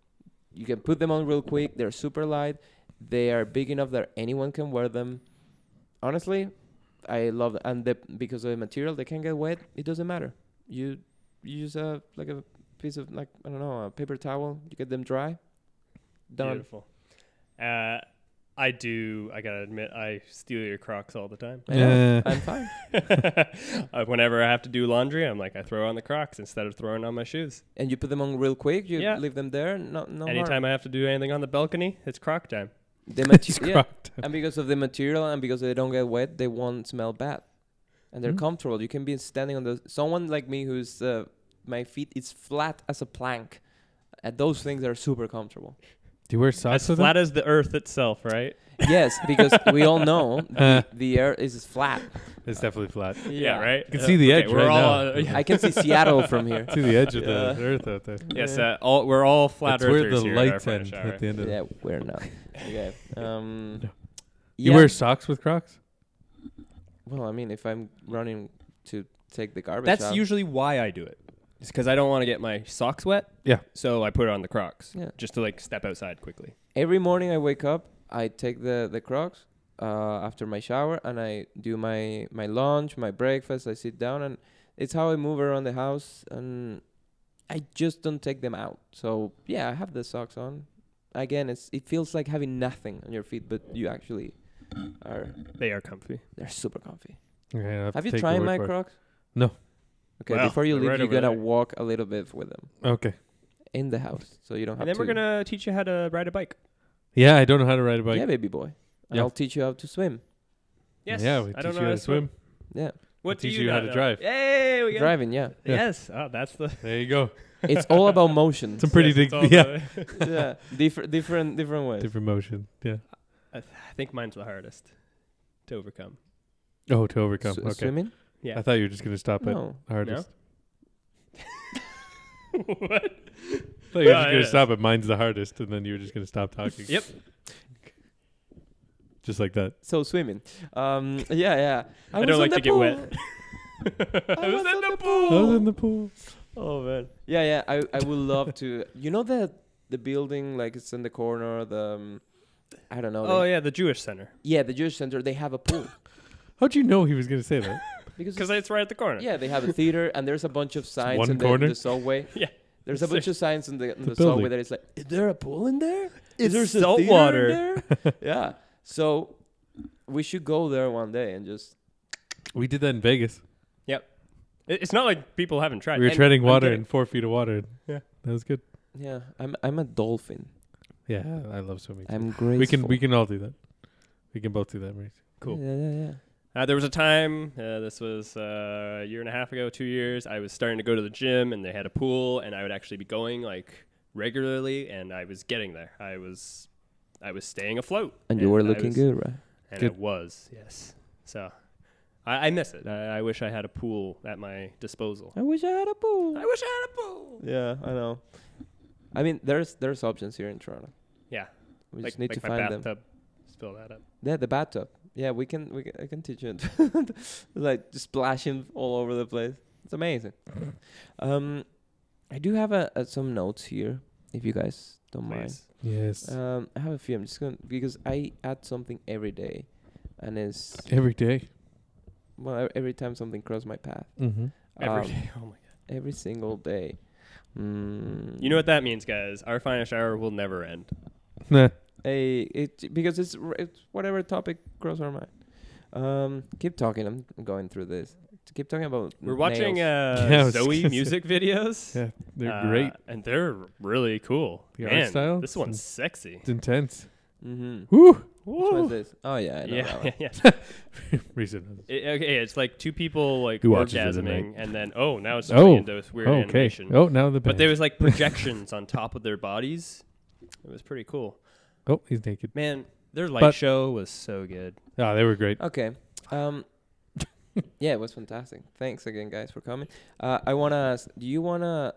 Speaker 3: You can put them on real quick. They're super light. They are big enough that anyone can wear them. Honestly, I love and the, because of the material, they can get wet. It doesn't matter. You you use a like a piece of like I don't know a paper towel. You get them dry. Done.
Speaker 2: Beautiful. Uh, I do. I gotta admit, I steal your Crocs all the time. <laughs>
Speaker 3: I know.
Speaker 4: Uh, <laughs>
Speaker 3: I'm fine.
Speaker 2: Uh, Whenever I have to do laundry, I'm like, I throw on the Crocs instead of throwing on my shoes.
Speaker 3: And you put them on real quick. You
Speaker 2: Yeah.
Speaker 3: leave them there. No, no
Speaker 2: <laughs>
Speaker 3: harm.
Speaker 2: Anytime I have to do anything on the balcony, it's Croc time.
Speaker 3: The
Speaker 4: it's
Speaker 3: material,
Speaker 4: Croc time.
Speaker 3: and because of the material, and because they don't get wet, they won't smell bad, and they're
Speaker 4: Mm.
Speaker 3: comfortable. You can be standing on the. Someone like me who's uh, my feet is flat as a plank. Uh, those things are super
Speaker 2: <laughs>
Speaker 3: comfortable.
Speaker 4: Do you wear
Speaker 2: As
Speaker 4: socks with them?
Speaker 2: flat as the Earth itself, right?
Speaker 3: yes, because we all
Speaker 2: <laughs>
Speaker 3: know
Speaker 4: Uh,
Speaker 3: the air is flat.
Speaker 4: it's definitely <laughs> flat.
Speaker 2: Yeah, right.
Speaker 4: You can see the edge
Speaker 2: we're
Speaker 4: right
Speaker 2: all,
Speaker 4: now.
Speaker 2: uh, yeah.
Speaker 3: I can see Seattle
Speaker 2: <laughs>
Speaker 3: from
Speaker 4: <laughs>
Speaker 3: here.
Speaker 4: See the edge of
Speaker 3: Yeah.
Speaker 4: the earth out there.
Speaker 2: Yes, uh, all, we're all flat
Speaker 4: That's where
Speaker 2: earthers
Speaker 4: the
Speaker 2: here at our
Speaker 4: lights
Speaker 2: Friday
Speaker 4: end
Speaker 2: shower.
Speaker 4: at the end of. it.
Speaker 3: Yeah, we're not. Okay. Um,
Speaker 4: No.
Speaker 3: yeah.
Speaker 4: You wear socks with Crocs?
Speaker 3: well, I mean, if I'm running to take the garbage
Speaker 2: That's
Speaker 3: out,
Speaker 2: usually why I do it. It's because I don't want to get my socks wet.
Speaker 4: Yeah.
Speaker 2: So I put on the Crocs
Speaker 3: Yeah.
Speaker 2: just to like step outside quickly.
Speaker 3: Every morning I wake up, I take the the Crocs uh, after my shower, and I do my my lunch, my breakfast. I sit down, and it's how I move around the house, and I just don't take them out. So yeah, I have the socks on. Again, it's it feels like having nothing on your feet, but you actually are
Speaker 2: They are comfy.
Speaker 3: they're super comfy.
Speaker 4: Okay, I'll have
Speaker 3: Have
Speaker 4: to
Speaker 3: you
Speaker 4: take your
Speaker 3: tried
Speaker 4: word
Speaker 3: my
Speaker 4: for it.
Speaker 3: Crocs?
Speaker 4: No.
Speaker 3: Okay,
Speaker 2: Wow,
Speaker 3: before you
Speaker 2: they're
Speaker 3: leave,
Speaker 2: right
Speaker 3: you're
Speaker 2: over
Speaker 3: gonna
Speaker 2: there.
Speaker 3: walk a little bit with them
Speaker 4: Okay.
Speaker 3: in the house, so you don't have
Speaker 2: And then
Speaker 3: to.
Speaker 2: we're gonna teach you how to ride a bike.
Speaker 4: Yeah, I don't know how to ride a bike.
Speaker 3: yeah, baby boy. And
Speaker 4: Yeah.
Speaker 3: I'll teach you how to swim.
Speaker 2: Yes.
Speaker 4: Yeah, we
Speaker 2: I
Speaker 4: teach
Speaker 2: don't
Speaker 4: you
Speaker 2: know
Speaker 4: how to swim.
Speaker 3: Yeah,
Speaker 2: What do
Speaker 4: teach
Speaker 2: you
Speaker 4: you how
Speaker 2: not
Speaker 4: to
Speaker 2: know?
Speaker 4: drive.
Speaker 2: Hey, we got
Speaker 3: driving. Yeah,
Speaker 4: Yeah.
Speaker 2: Yes. Oh, that's the.
Speaker 4: There you go.
Speaker 3: it's all about
Speaker 2: <laughs>
Speaker 3: motion.
Speaker 4: Some pretty
Speaker 2: Yes,
Speaker 4: big,
Speaker 2: it's
Speaker 4: <laughs>
Speaker 2: all
Speaker 4: yeah,
Speaker 2: the-
Speaker 3: <laughs> yeah, different, different, different ways.
Speaker 4: different motion. Yeah.
Speaker 2: I th- I think mine's the hardest to overcome.
Speaker 4: Oh, to overcome.
Speaker 3: Sw-
Speaker 4: okay.
Speaker 3: Swimming?
Speaker 2: Yeah.
Speaker 4: I thought you were just gonna stop at
Speaker 3: No.
Speaker 4: <laughs> hardest.
Speaker 2: what?
Speaker 4: I thought you were
Speaker 2: No,
Speaker 4: just gonna
Speaker 2: yeah.
Speaker 4: stop at mine's the hardest, and then you were just gonna stop talking.
Speaker 2: Yep.
Speaker 4: Just like that.
Speaker 3: So swimming. Um, <laughs> yeah, yeah.
Speaker 2: I
Speaker 3: was
Speaker 2: don't
Speaker 3: on
Speaker 2: like
Speaker 3: the
Speaker 2: to get wet.
Speaker 3: pool.
Speaker 2: <laughs> I was in the
Speaker 4: I
Speaker 2: pool.
Speaker 4: was in the pool.
Speaker 2: Oh man.
Speaker 3: Yeah, yeah. I, I would love to. You know the the building like it's in the corner. The um, I don't know.
Speaker 2: Oh
Speaker 3: they-
Speaker 2: yeah, the Jewish Center
Speaker 3: yeah, the Jewish Center. They have
Speaker 2: <laughs>
Speaker 3: a pool
Speaker 4: How'd you know he was gonna say that?
Speaker 3: because
Speaker 2: because it's right at the corner. <laughs>
Speaker 3: yeah, they have a theater and there's a bunch of signs
Speaker 4: one
Speaker 3: in the,
Speaker 4: corner?
Speaker 3: the subway.
Speaker 2: Yeah.
Speaker 3: There's a bunch of signs in the, in
Speaker 4: The
Speaker 3: the, subway
Speaker 4: building.
Speaker 3: that it's like, is there a pool in there?
Speaker 2: It's
Speaker 3: Is there
Speaker 2: salt
Speaker 3: theater
Speaker 2: water."
Speaker 3: in there? yeah. So we should go there one day and just
Speaker 4: we did that in Vegas.
Speaker 2: It- It's not like people haven't tried.
Speaker 4: We were
Speaker 2: And
Speaker 4: treading
Speaker 2: I'm
Speaker 4: water
Speaker 2: getting-
Speaker 4: in four feet of water. Yeah, that was good.
Speaker 3: yeah. I'm I'm a dolphin.
Speaker 4: Yeah, I love swimming.
Speaker 3: I'm graceful.
Speaker 4: we can we can all do that. We can both do that, Maurice.
Speaker 2: Cool.
Speaker 3: Yeah, yeah, yeah.
Speaker 2: Uh, there was a time, uh, this was uh, a year and a half ago, two years, I was starting to go to the gym and they had a pool and I would actually be going like regularly and I was getting there. I was I was staying afloat.
Speaker 3: And you were
Speaker 2: I
Speaker 3: looking
Speaker 2: was-
Speaker 3: good, right?
Speaker 2: And
Speaker 4: Good.
Speaker 2: it was, yes. So I, I miss it. I, I wish I had a pool at my disposal.
Speaker 3: I wish I had a pool.
Speaker 2: I wish I had a pool.
Speaker 3: Yeah, I know. I mean, there's there's options here in Toronto.
Speaker 2: Yeah.
Speaker 3: We
Speaker 2: Like,
Speaker 3: just need
Speaker 2: like my
Speaker 3: to find
Speaker 2: bathtub.
Speaker 3: them.
Speaker 2: Just fill that up.
Speaker 3: Yeah, the bathtub. Yeah, we can we can, I can teach you, <laughs> like splashing all over the place.
Speaker 2: <clears throat>
Speaker 3: It's amazing. um, I do have a, uh some notes here, if you guys don't mind.
Speaker 2: Please.
Speaker 4: Yes.
Speaker 3: Um, I have a few. I'm just gonna because I add something every day, and it's
Speaker 4: Every day.
Speaker 3: well e- every time something crosses my path.
Speaker 4: Mm-hmm.
Speaker 2: Every
Speaker 3: Um,
Speaker 2: day. <laughs> Oh my God.
Speaker 3: Every single day. Mm.
Speaker 2: You know what that means, guys. Our finest hour will never end.
Speaker 4: Nah.
Speaker 3: a it because it's, r- it's whatever topic crosses our mind. Um, keep talking. I'm going through this. Keep talking about.
Speaker 2: We're watching
Speaker 3: <laughs> nails.
Speaker 2: uh,
Speaker 4: Yeah, I was
Speaker 2: Zoe
Speaker 4: gonna say.
Speaker 2: music videos.
Speaker 4: Yeah, they're
Speaker 2: Uh,
Speaker 4: great.
Speaker 2: and they're really cool.
Speaker 4: The art
Speaker 2: Man,
Speaker 4: style?
Speaker 2: this one's sexy.
Speaker 4: <laughs> It's intense.
Speaker 3: Mhm.
Speaker 4: Woo!
Speaker 3: Which one's this? Oh yeah, I know
Speaker 2: Yeah,
Speaker 3: that
Speaker 4: <laughs>
Speaker 2: yeah,
Speaker 3: one.
Speaker 2: <laughs> yeah.
Speaker 4: Reason.
Speaker 2: It- okay, it's like two people like
Speaker 4: Who watches it at
Speaker 2: orgasming, and then oh, now it's
Speaker 4: Oh.
Speaker 2: turning into this weird
Speaker 4: Oh, okay.
Speaker 2: animation.
Speaker 4: Oh, now the
Speaker 2: But
Speaker 4: band.
Speaker 2: there was like projections on top of their bodies. It was pretty cool.
Speaker 4: oh, he's naked.
Speaker 2: Man, their light
Speaker 4: But-
Speaker 2: show was so good. <laughs>
Speaker 4: Ah, they were great.
Speaker 3: Okay.
Speaker 4: <laughs>
Speaker 3: Um, yeah, it was fantastic. Thanks again, guys, for coming. Uh, I wanna ask, do you wanna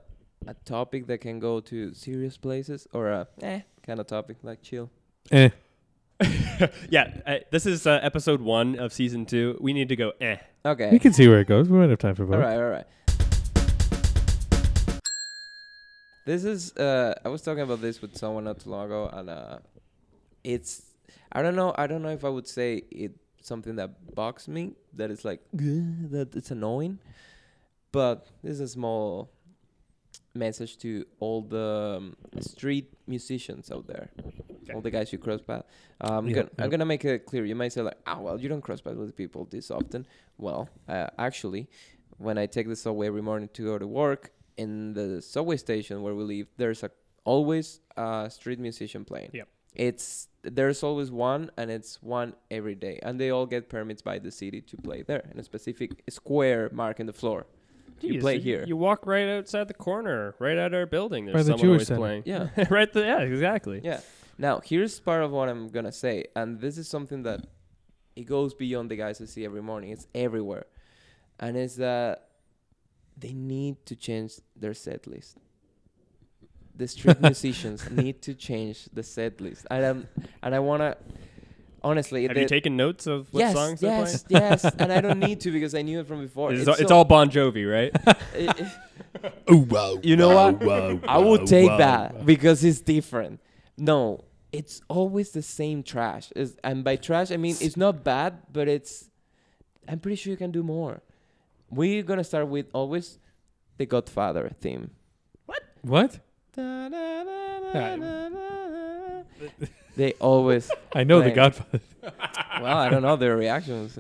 Speaker 3: a topic that can go to serious places or a eh kind of topic like chill?
Speaker 4: Eh.
Speaker 2: Yeah, uh, this is uh, episode one of season two. We need to go. Eh,
Speaker 3: Okay.
Speaker 4: We can see where it goes. We might have time for both.
Speaker 3: All right, all right. This is uh I was talking about this with someone not too long ago and uh it's I don't know I don't know if I would say it something that bugs me that it's like "Ugh," that it's annoying but this is a small message to all the um, street musicians out there all the guys you cross path um, I'm
Speaker 4: Yep,
Speaker 3: gonna, I'm
Speaker 4: yep.
Speaker 3: gonna make it clear you might say like oh well you don't cross path with people this often well uh, actually when I take the subway every morning to go to work, in the subway station where we live, there's a always a street musician playing.
Speaker 2: Yep.
Speaker 3: It's there's always one, and it's one every day, and they all get permits by the city to play there in a specific square mark in the floor. you
Speaker 2: Jeez,
Speaker 3: play here.
Speaker 2: You walk right outside the corner, right at our building. There's
Speaker 4: By the
Speaker 2: someone
Speaker 4: Jewish
Speaker 2: always
Speaker 4: Center.
Speaker 2: playing.
Speaker 3: Yeah.
Speaker 2: <laughs> right there. Yeah, exactly.
Speaker 3: Yeah. Now, here's part of what I'm going to say, and this is something that it goes beyond the guys I see every morning. It's everywhere. And it's that they need to change their set list. The street musicians need to change the set list. And, um, and I want to, honestly,
Speaker 2: Have
Speaker 3: the,
Speaker 2: you taken notes of what
Speaker 3: yes,
Speaker 2: songs they're <laughs>
Speaker 3: yes, yes, and I don't need to because I knew it from before.
Speaker 2: playing? Oh, It's,
Speaker 3: It's
Speaker 2: all, it's <laughs>
Speaker 3: so-
Speaker 2: all Bon Jovi, right?
Speaker 3: <laughs> it- it-
Speaker 2: Ooh, wow,
Speaker 3: You know
Speaker 2: wow,
Speaker 3: what?
Speaker 2: wow,
Speaker 3: I will <laughs>
Speaker 2: wow,
Speaker 3: take
Speaker 2: wow,
Speaker 3: that
Speaker 2: wow.
Speaker 3: because it's different. No, it's always the same trash. It's, and by trash, I mean it's not bad, but it's. I'm pretty sure you can do more. We're gonna start with always the Godfather <laughs> theme.
Speaker 4: What?
Speaker 3: They always.
Speaker 4: I know the
Speaker 3: Right.
Speaker 4: Godfather.
Speaker 3: Well, I don't know their reactions.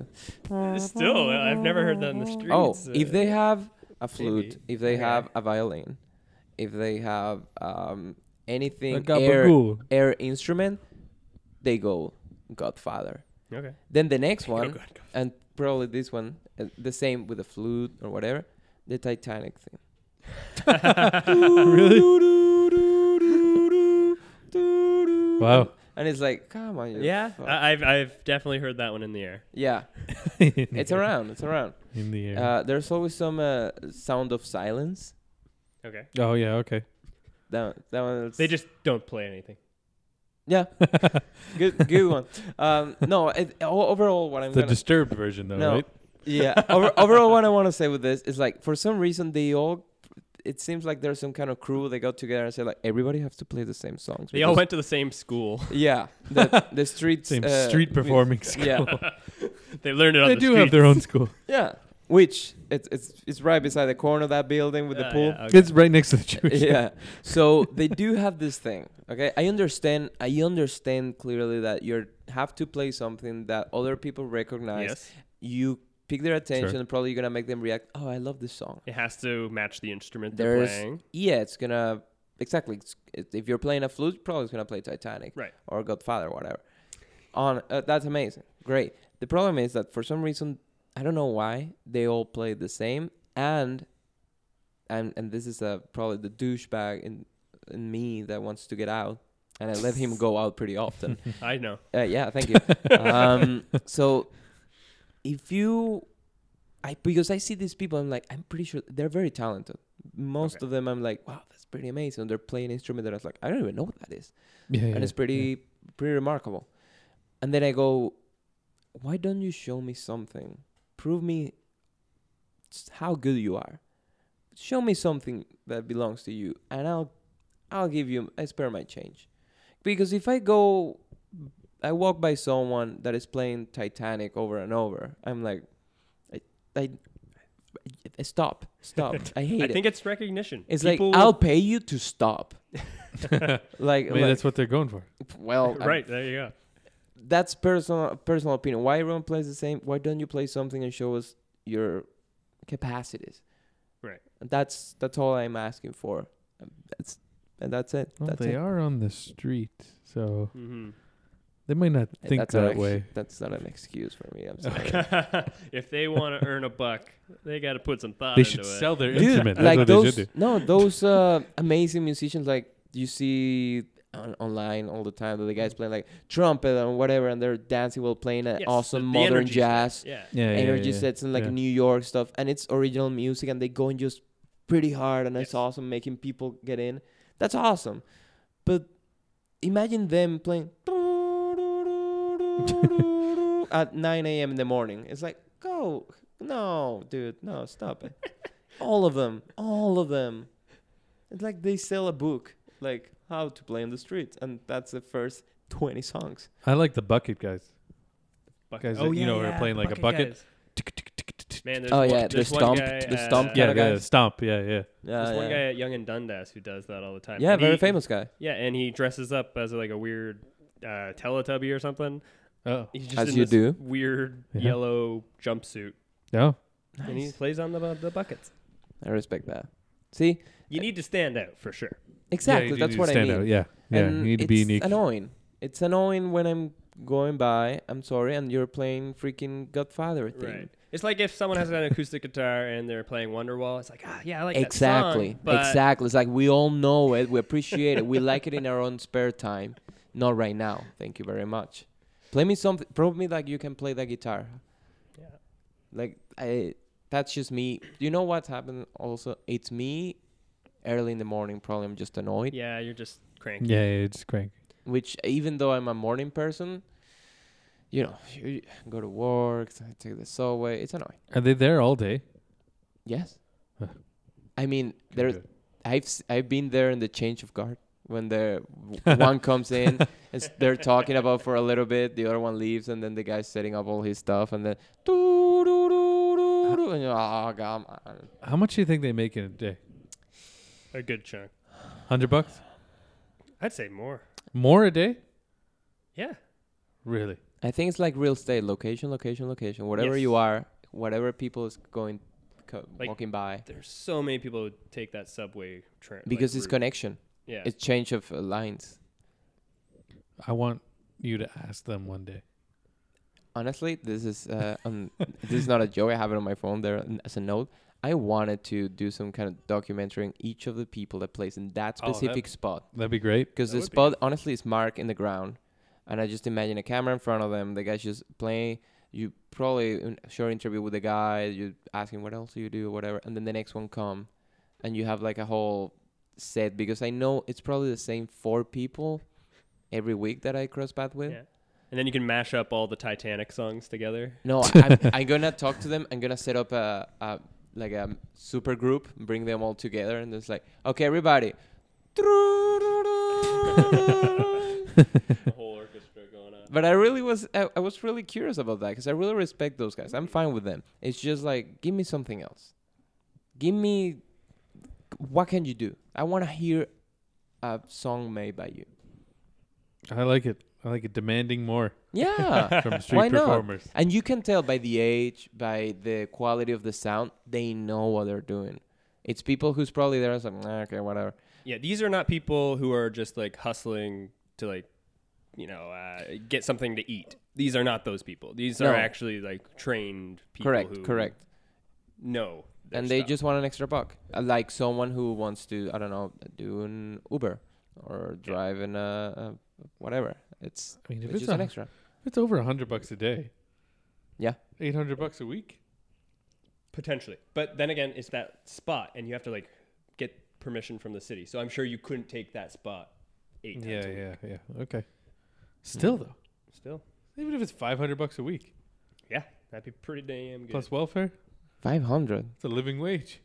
Speaker 2: Still, I've never heard that in the streets.
Speaker 3: Oh, if
Speaker 2: uh,
Speaker 3: they have a flute, if they
Speaker 2: Okay.
Speaker 3: have a violin, if they have um,
Speaker 4: The
Speaker 3: anything air,
Speaker 4: Gabagool.
Speaker 3: air instrument, they go Godfather.
Speaker 2: <laughs> okay.
Speaker 3: Then the next
Speaker 2: Oh,
Speaker 3: one,
Speaker 2: God.
Speaker 3: and probably this one, uh, the same with the flute or whatever, the Titanic
Speaker 2: <laughs>
Speaker 3: thing. really?
Speaker 4: Wow.
Speaker 3: And it's like, come on, you
Speaker 2: Yeah,
Speaker 3: fuck.
Speaker 2: I, I've I've definitely heard that one in the air.
Speaker 3: yeah, <laughs> it's around, it's around.
Speaker 4: In the air.
Speaker 3: Uh, there's always some uh, sound of silence.
Speaker 2: Okay.
Speaker 4: oh yeah. Okay.
Speaker 3: That that one.
Speaker 2: They just don't play anything.
Speaker 3: yeah, good good one. Um, no, it, o- overall what I'm
Speaker 4: The
Speaker 3: gonna
Speaker 4: disturbed version, though,
Speaker 3: no,
Speaker 4: right?
Speaker 3: yeah. Over, overall what I want to say with this is like for some reason they all. It seems like there's some kind of crew. They got together and said like everybody has to play the same songs.
Speaker 2: They all
Speaker 3: because-
Speaker 2: went to the same school.
Speaker 3: Yeah, the,
Speaker 2: <laughs>
Speaker 3: the streets.
Speaker 4: Same
Speaker 3: uh,
Speaker 4: street
Speaker 3: with- <laughs>
Speaker 4: performing school.
Speaker 3: Yeah,
Speaker 2: They learned it on
Speaker 4: they
Speaker 2: the
Speaker 4: do have their own
Speaker 3: <laughs>
Speaker 4: school.
Speaker 3: yeah. Which it's it's it's right beside the corner of that building
Speaker 2: Uh,
Speaker 3: with the pool.
Speaker 4: It's right next to the Jewish.
Speaker 3: yeah. So they do have this thing. Okay. I understand. I understand clearly that you have to play something that other people recognize.
Speaker 2: Yes.
Speaker 3: You pick their attention.
Speaker 4: Sure.
Speaker 3: and Probably you're gonna make them react. Oh, I love this song.
Speaker 2: It has to match the instrument they're
Speaker 3: There's-
Speaker 2: playing.
Speaker 3: Yeah, it's gonna exactly. It's, it- if you're playing a flute, probably it's gonna play Titanic.
Speaker 2: Right.
Speaker 3: Or Godfather, whatever. On uh, that's amazing. Great. The problem is that for some reason I don't know why they all play the same and and and this is uh, probably the douchebag in in me that wants to get out and I let him go out pretty often.
Speaker 2: I know.
Speaker 3: Uh, yeah, thank
Speaker 4: <laughs>
Speaker 3: you. um, so, if you, I because I see these people, I'm like, I'm pretty sure they're very talented. Most
Speaker 2: Okay.
Speaker 3: of them, I'm like, wow, that's pretty amazing. They're playing an instrument that I was like, I don't even know what that is,
Speaker 4: Yeah, yeah,
Speaker 3: and it's pretty, pretty remarkable. And then I go, why don't you show me something? Prove me s- how good you are. Show me something that belongs to you, and I'll, I'll give you. I spare my change, because if I go I walk by someone that is playing Titanic over and over. I'm like, I, I, I- stop,
Speaker 2: <laughs>
Speaker 3: stop. I hate
Speaker 2: I
Speaker 3: it.
Speaker 2: think it's recognition.
Speaker 3: it's
Speaker 2: People
Speaker 3: like I'll pay you to
Speaker 2: <laughs>
Speaker 3: stop. <laughs> Like,
Speaker 4: Maybe
Speaker 3: like,
Speaker 4: that's what they're going for.
Speaker 3: well, I-
Speaker 2: right there you go.
Speaker 3: that's personal personal opinion. Why everyone plays the same? Why don't you play something and show us your capacities?
Speaker 2: Right.
Speaker 3: That's that's all I'm asking for. Um, That's and that's it.
Speaker 4: Well,
Speaker 3: that's
Speaker 4: they
Speaker 3: it.
Speaker 4: are on the street, so
Speaker 2: hmm
Speaker 4: they might not
Speaker 3: Hey,
Speaker 4: think
Speaker 3: that's not
Speaker 4: that
Speaker 3: ex-
Speaker 4: way.
Speaker 3: That's not an excuse for me. I'm sorry.
Speaker 2: <laughs> if they want to earn a buck, they got to put some thought
Speaker 4: They
Speaker 2: into
Speaker 4: should
Speaker 2: it.
Speaker 4: sell their
Speaker 3: Dude,
Speaker 4: instrument. That's
Speaker 3: like
Speaker 4: what
Speaker 3: those,
Speaker 4: they should do.
Speaker 3: no, those uh, amazing musicians like you see on, online all the time. The guys playing like trumpet and whatever, and they're dancing while playing an
Speaker 2: Yes,
Speaker 3: awesome
Speaker 2: the- the
Speaker 3: modern
Speaker 2: energy set,
Speaker 3: jazz
Speaker 2: Yeah.
Speaker 4: Yeah, yeah,
Speaker 3: energy
Speaker 4: yeah.
Speaker 3: sets and like
Speaker 4: Yeah.
Speaker 3: New York stuff, and it's original music, and they go and just pretty hard, and
Speaker 2: Yes.
Speaker 3: it's awesome making people get in. That's awesome, but imagine them playing <laughs> at 9 a.m. in the morning. It's like, go, no, dude, no, stop it. all of them, all of them. It's like they sell a book, like how to play in the street, and that's the first 20 songs.
Speaker 4: I like the bucket guys.
Speaker 2: Buck- oh,
Speaker 4: Guys that, you know, are playing
Speaker 2: the
Speaker 4: like a bucket.
Speaker 2: guys. Man, there's
Speaker 3: Oh,
Speaker 2: one-
Speaker 3: yeah, the
Speaker 2: there's one
Speaker 3: stomp-
Speaker 2: guy,
Speaker 3: the
Speaker 2: uh,
Speaker 3: stomp
Speaker 4: Yeah,
Speaker 3: Kinda
Speaker 4: yeah,
Speaker 3: guys.
Speaker 4: stomp. Yeah, yeah.
Speaker 3: Yeah,
Speaker 2: There's one
Speaker 3: yeah.
Speaker 2: guy at Young and Dundas who does that all the time.
Speaker 3: yeah
Speaker 2: And
Speaker 3: very
Speaker 2: he-
Speaker 3: famous guy.
Speaker 2: Yeah, and he dresses up as like a weird uh, Teletubby or something.
Speaker 4: Oh,
Speaker 2: He's just
Speaker 3: As
Speaker 2: in
Speaker 3: you
Speaker 2: this
Speaker 3: do.
Speaker 2: weird
Speaker 4: Yeah. Oh.
Speaker 2: yellow jumpsuit,
Speaker 4: no.
Speaker 2: and he plays on the bu- the buckets.
Speaker 3: I respect that. See,
Speaker 2: You need to stand out for sure.
Speaker 3: exactly.
Speaker 4: Yeah, you
Speaker 3: that's
Speaker 4: need
Speaker 3: what
Speaker 4: to
Speaker 3: I
Speaker 4: stand
Speaker 3: mean.
Speaker 4: out, Yeah, yeah.
Speaker 3: And
Speaker 4: you need to be
Speaker 3: it's
Speaker 4: unique.
Speaker 3: annoying. It's annoying when I'm going by. I'm sorry, and you're playing freaking Godfather thing.
Speaker 2: Right. It's like if someone has an acoustic guitar and they're playing Wonderwall. It's like, ah, yeah, I like
Speaker 3: exactly.
Speaker 2: that song. but
Speaker 3: exactly. It's like we all know it. We appreciate it. We like it in our own spare time. Not right now. Thank you very much. Play me something. Prove me like you can play that guitar.
Speaker 2: Yeah.
Speaker 3: Like I. That's just me. You know what's happened? Also, it's me. Early in the morning, probably I'm just annoyed.
Speaker 2: Yeah, you're just cranky.
Speaker 4: Yeah, yeah, it's crank.
Speaker 3: which even though I'm a morning person, you know, you you go to work, t- take the subway. It's annoying.
Speaker 4: Are they there all day?
Speaker 3: Yes.
Speaker 4: Huh.
Speaker 3: I mean, there
Speaker 4: Good.
Speaker 3: I've s- I've been there in the change of guard when the
Speaker 2: <laughs>
Speaker 3: w- one comes in, and s- they're talking about for a little bit, the other one leaves, and then the guy's setting up all his stuff, and then doo doo doo doo doo, and you're, oh god, man."
Speaker 4: How much do you think they make in a day?
Speaker 2: A good chunk.
Speaker 4: Hundred bucks
Speaker 2: I'd say more.
Speaker 4: more a day?
Speaker 2: Yeah.
Speaker 4: Really?
Speaker 3: I think it's like real estate, location, location, location. Whatever you
Speaker 2: Yes.
Speaker 3: are, whatever people is going, co-
Speaker 2: Like-
Speaker 3: walking by,
Speaker 2: There's so many people who take that subway train
Speaker 3: because it's connection,
Speaker 2: Yeah.
Speaker 3: it's change of uh, lines.
Speaker 4: I want you to ask them one day.
Speaker 3: honestly, this is uh, <laughs> um, this is not a joke. I have it on my phone there n- as a note. I wanted to do some kind of documentary on each of the people that plays in that
Speaker 4: Oh, that-
Speaker 3: specific spot. 'Cause spot
Speaker 4: That'd be great.
Speaker 3: because
Speaker 2: that
Speaker 3: the
Speaker 2: would be
Speaker 3: spot honestly is marked in the ground, and I just imagine a camera in front of them. The guy's just playing. You probably in a short interview with the guy. You ask him what else do you do or whatever, and then the next one come, and you have like a whole set because I know it's probably the same four people every week that I cross path with.
Speaker 2: Yeah. And then you can mash up all the Titanic songs together.
Speaker 3: No, I'm, I'm gonna talk to them. I'm gonna set up a, a like a super group, bring them all together, and it's like, okay, everybody.
Speaker 2: <laughs> the whole orchestra going on.
Speaker 3: But I really was I, I was really curious about that because I really respect those guys. I'm fine with them. It's just like, give me something else. Give me what can you do? I want to hear a song made by you.
Speaker 4: I like it. I like it. Demanding
Speaker 3: <laughs>
Speaker 4: more
Speaker 3: Yeah.
Speaker 4: from street
Speaker 3: Why not?
Speaker 4: performers.
Speaker 3: And you can tell by the age, by the quality of the sound, they know what they're doing. It's people who's probably there as like, "Nah, okay, whatever.
Speaker 2: Yeah, these are not people who are just like hustling to like, you know, uh, get something to eat. These are not those people. These
Speaker 3: No.
Speaker 2: are actually like trained people.
Speaker 3: correct,
Speaker 2: who
Speaker 3: correct.
Speaker 2: No.
Speaker 3: And they just want an extra buck, Uh, like someone who wants to, I don't know, do an Uber or drive in a, a whatever. It's
Speaker 4: I mean, if
Speaker 3: it's
Speaker 4: it's,
Speaker 3: just an
Speaker 4: a-
Speaker 3: extra.
Speaker 4: if it's over a hundred bucks a day.
Speaker 3: Yeah.
Speaker 4: Eight hundred bucks a week.
Speaker 2: potentially, but then again, it's that spot, and you have to like get permission from the city. So I'm sure you couldn't take that spot eight times.
Speaker 4: Yeah, yeah, yeah. Okay. Still though,
Speaker 2: Still,
Speaker 4: even if it's five hundred bucks a week
Speaker 2: yeah, that'd be pretty damn good.
Speaker 4: plus welfare,
Speaker 3: Five hundred.
Speaker 4: it's a living wage.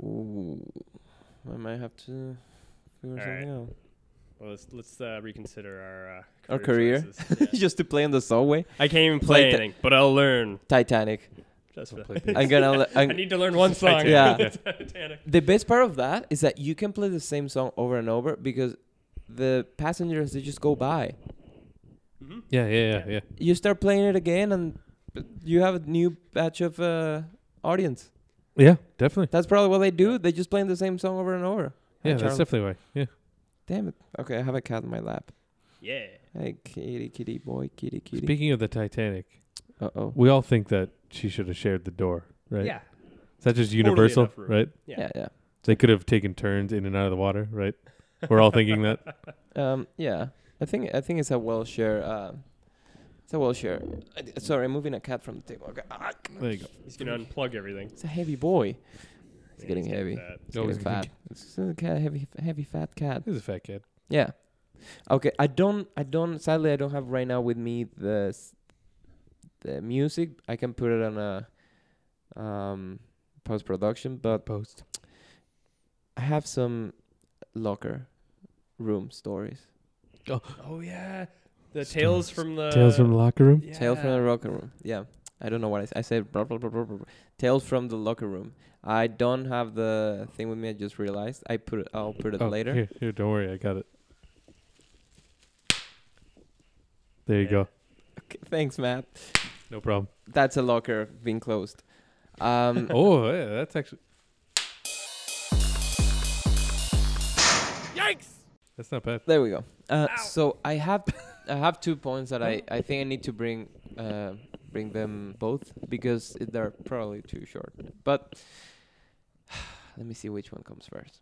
Speaker 3: Ooh, I might have to figure
Speaker 2: All right.
Speaker 3: something out. <laughs>
Speaker 2: well, let's let's uh, reconsider our uh,
Speaker 3: Our career? <laughs>
Speaker 2: choices. Yeah.
Speaker 3: just to play on the subway,
Speaker 2: I can't even
Speaker 3: Play
Speaker 2: play
Speaker 3: the-
Speaker 2: anything, but I'll learn.
Speaker 3: Titanic.
Speaker 2: Just
Speaker 4: Don't
Speaker 2: for
Speaker 4: <laughs> play big.
Speaker 3: I'm gonna. le-
Speaker 2: <laughs> I
Speaker 3: I'm,
Speaker 2: need to learn
Speaker 3: <laughs>
Speaker 2: one song. <laughs>
Speaker 3: Titanic.
Speaker 4: Yeah.
Speaker 2: Titanic.
Speaker 3: The best part of that is that you can play the same song over and over because the passengers they just go by.
Speaker 2: Mhm.
Speaker 4: yeah, yeah, yeah, yeah.
Speaker 3: You start playing it again, and you have a new batch of uh, audience.
Speaker 4: Yeah, definitely.
Speaker 3: That's probably what they do. They just playing the same song over and over. Hi,
Speaker 4: Yeah, that's
Speaker 3: Charlie.
Speaker 4: definitely why. Yeah.
Speaker 3: Damn it. Okay, I have a cat in my lap.
Speaker 2: Yeah.
Speaker 3: Hey, kitty, kitty, boy, kitty, kitty.
Speaker 4: Speaking of the Titanic,
Speaker 3: Uh oh.
Speaker 4: we all think that she should have shared the door, right?
Speaker 2: Yeah.
Speaker 4: Is that just
Speaker 2: Totally
Speaker 4: universal,
Speaker 2: enough room.
Speaker 4: right?
Speaker 3: Yeah, yeah.
Speaker 4: They could have taken turns in and out of the water, right? We're all thinking
Speaker 2: <laughs>
Speaker 4: that.
Speaker 3: Um, yeah. I think I think it's a well share. Uh, it's a well share. I d- Sorry, I'm moving a cat from the table. Okay. Ah, come on.
Speaker 4: There you go.
Speaker 2: He's gonna unplug everything.
Speaker 3: It's a heavy boy. It's
Speaker 2: Yeah,
Speaker 3: getting
Speaker 2: he's
Speaker 3: heavy.
Speaker 2: that.
Speaker 3: It's getting
Speaker 4: Always gonna
Speaker 3: fat. It's a cat, heavy, heavy fat cat.
Speaker 4: He's a fat kid.
Speaker 3: Yeah. Okay. I don't. I don't. Sadly, I don't have right now with me the s- the music. I can put it on a um post production, but
Speaker 4: Post.
Speaker 3: I have some locker room stories.
Speaker 2: Oh yeah. The
Speaker 4: Stories.
Speaker 2: tales from the
Speaker 4: Tales from the locker room.
Speaker 2: yeah.
Speaker 3: Tales from the locker room. Yeah. I don't know what I, s- I said. Blah, blah, blah, blah, blah, blah. Tales from the locker room. I don't have the thing with me. I just realized. I put. It, I'll put it
Speaker 4: Oh,
Speaker 3: later.
Speaker 4: Here, here, don't worry, I got it. There you
Speaker 2: Yeah.
Speaker 4: go.
Speaker 3: <laughs> Okay, thanks, Matt.
Speaker 4: No problem.
Speaker 3: That's a locker being closed. Um,
Speaker 4: <laughs> oh, yeah, that's actually.
Speaker 2: Yikes!
Speaker 4: That's not bad.
Speaker 3: There we go. Uh,
Speaker 2: Ow.
Speaker 3: so I have I have two points that I, I think I need to bring uh, bring them both because it- they're probably too short. But <sighs> let me see which one comes first.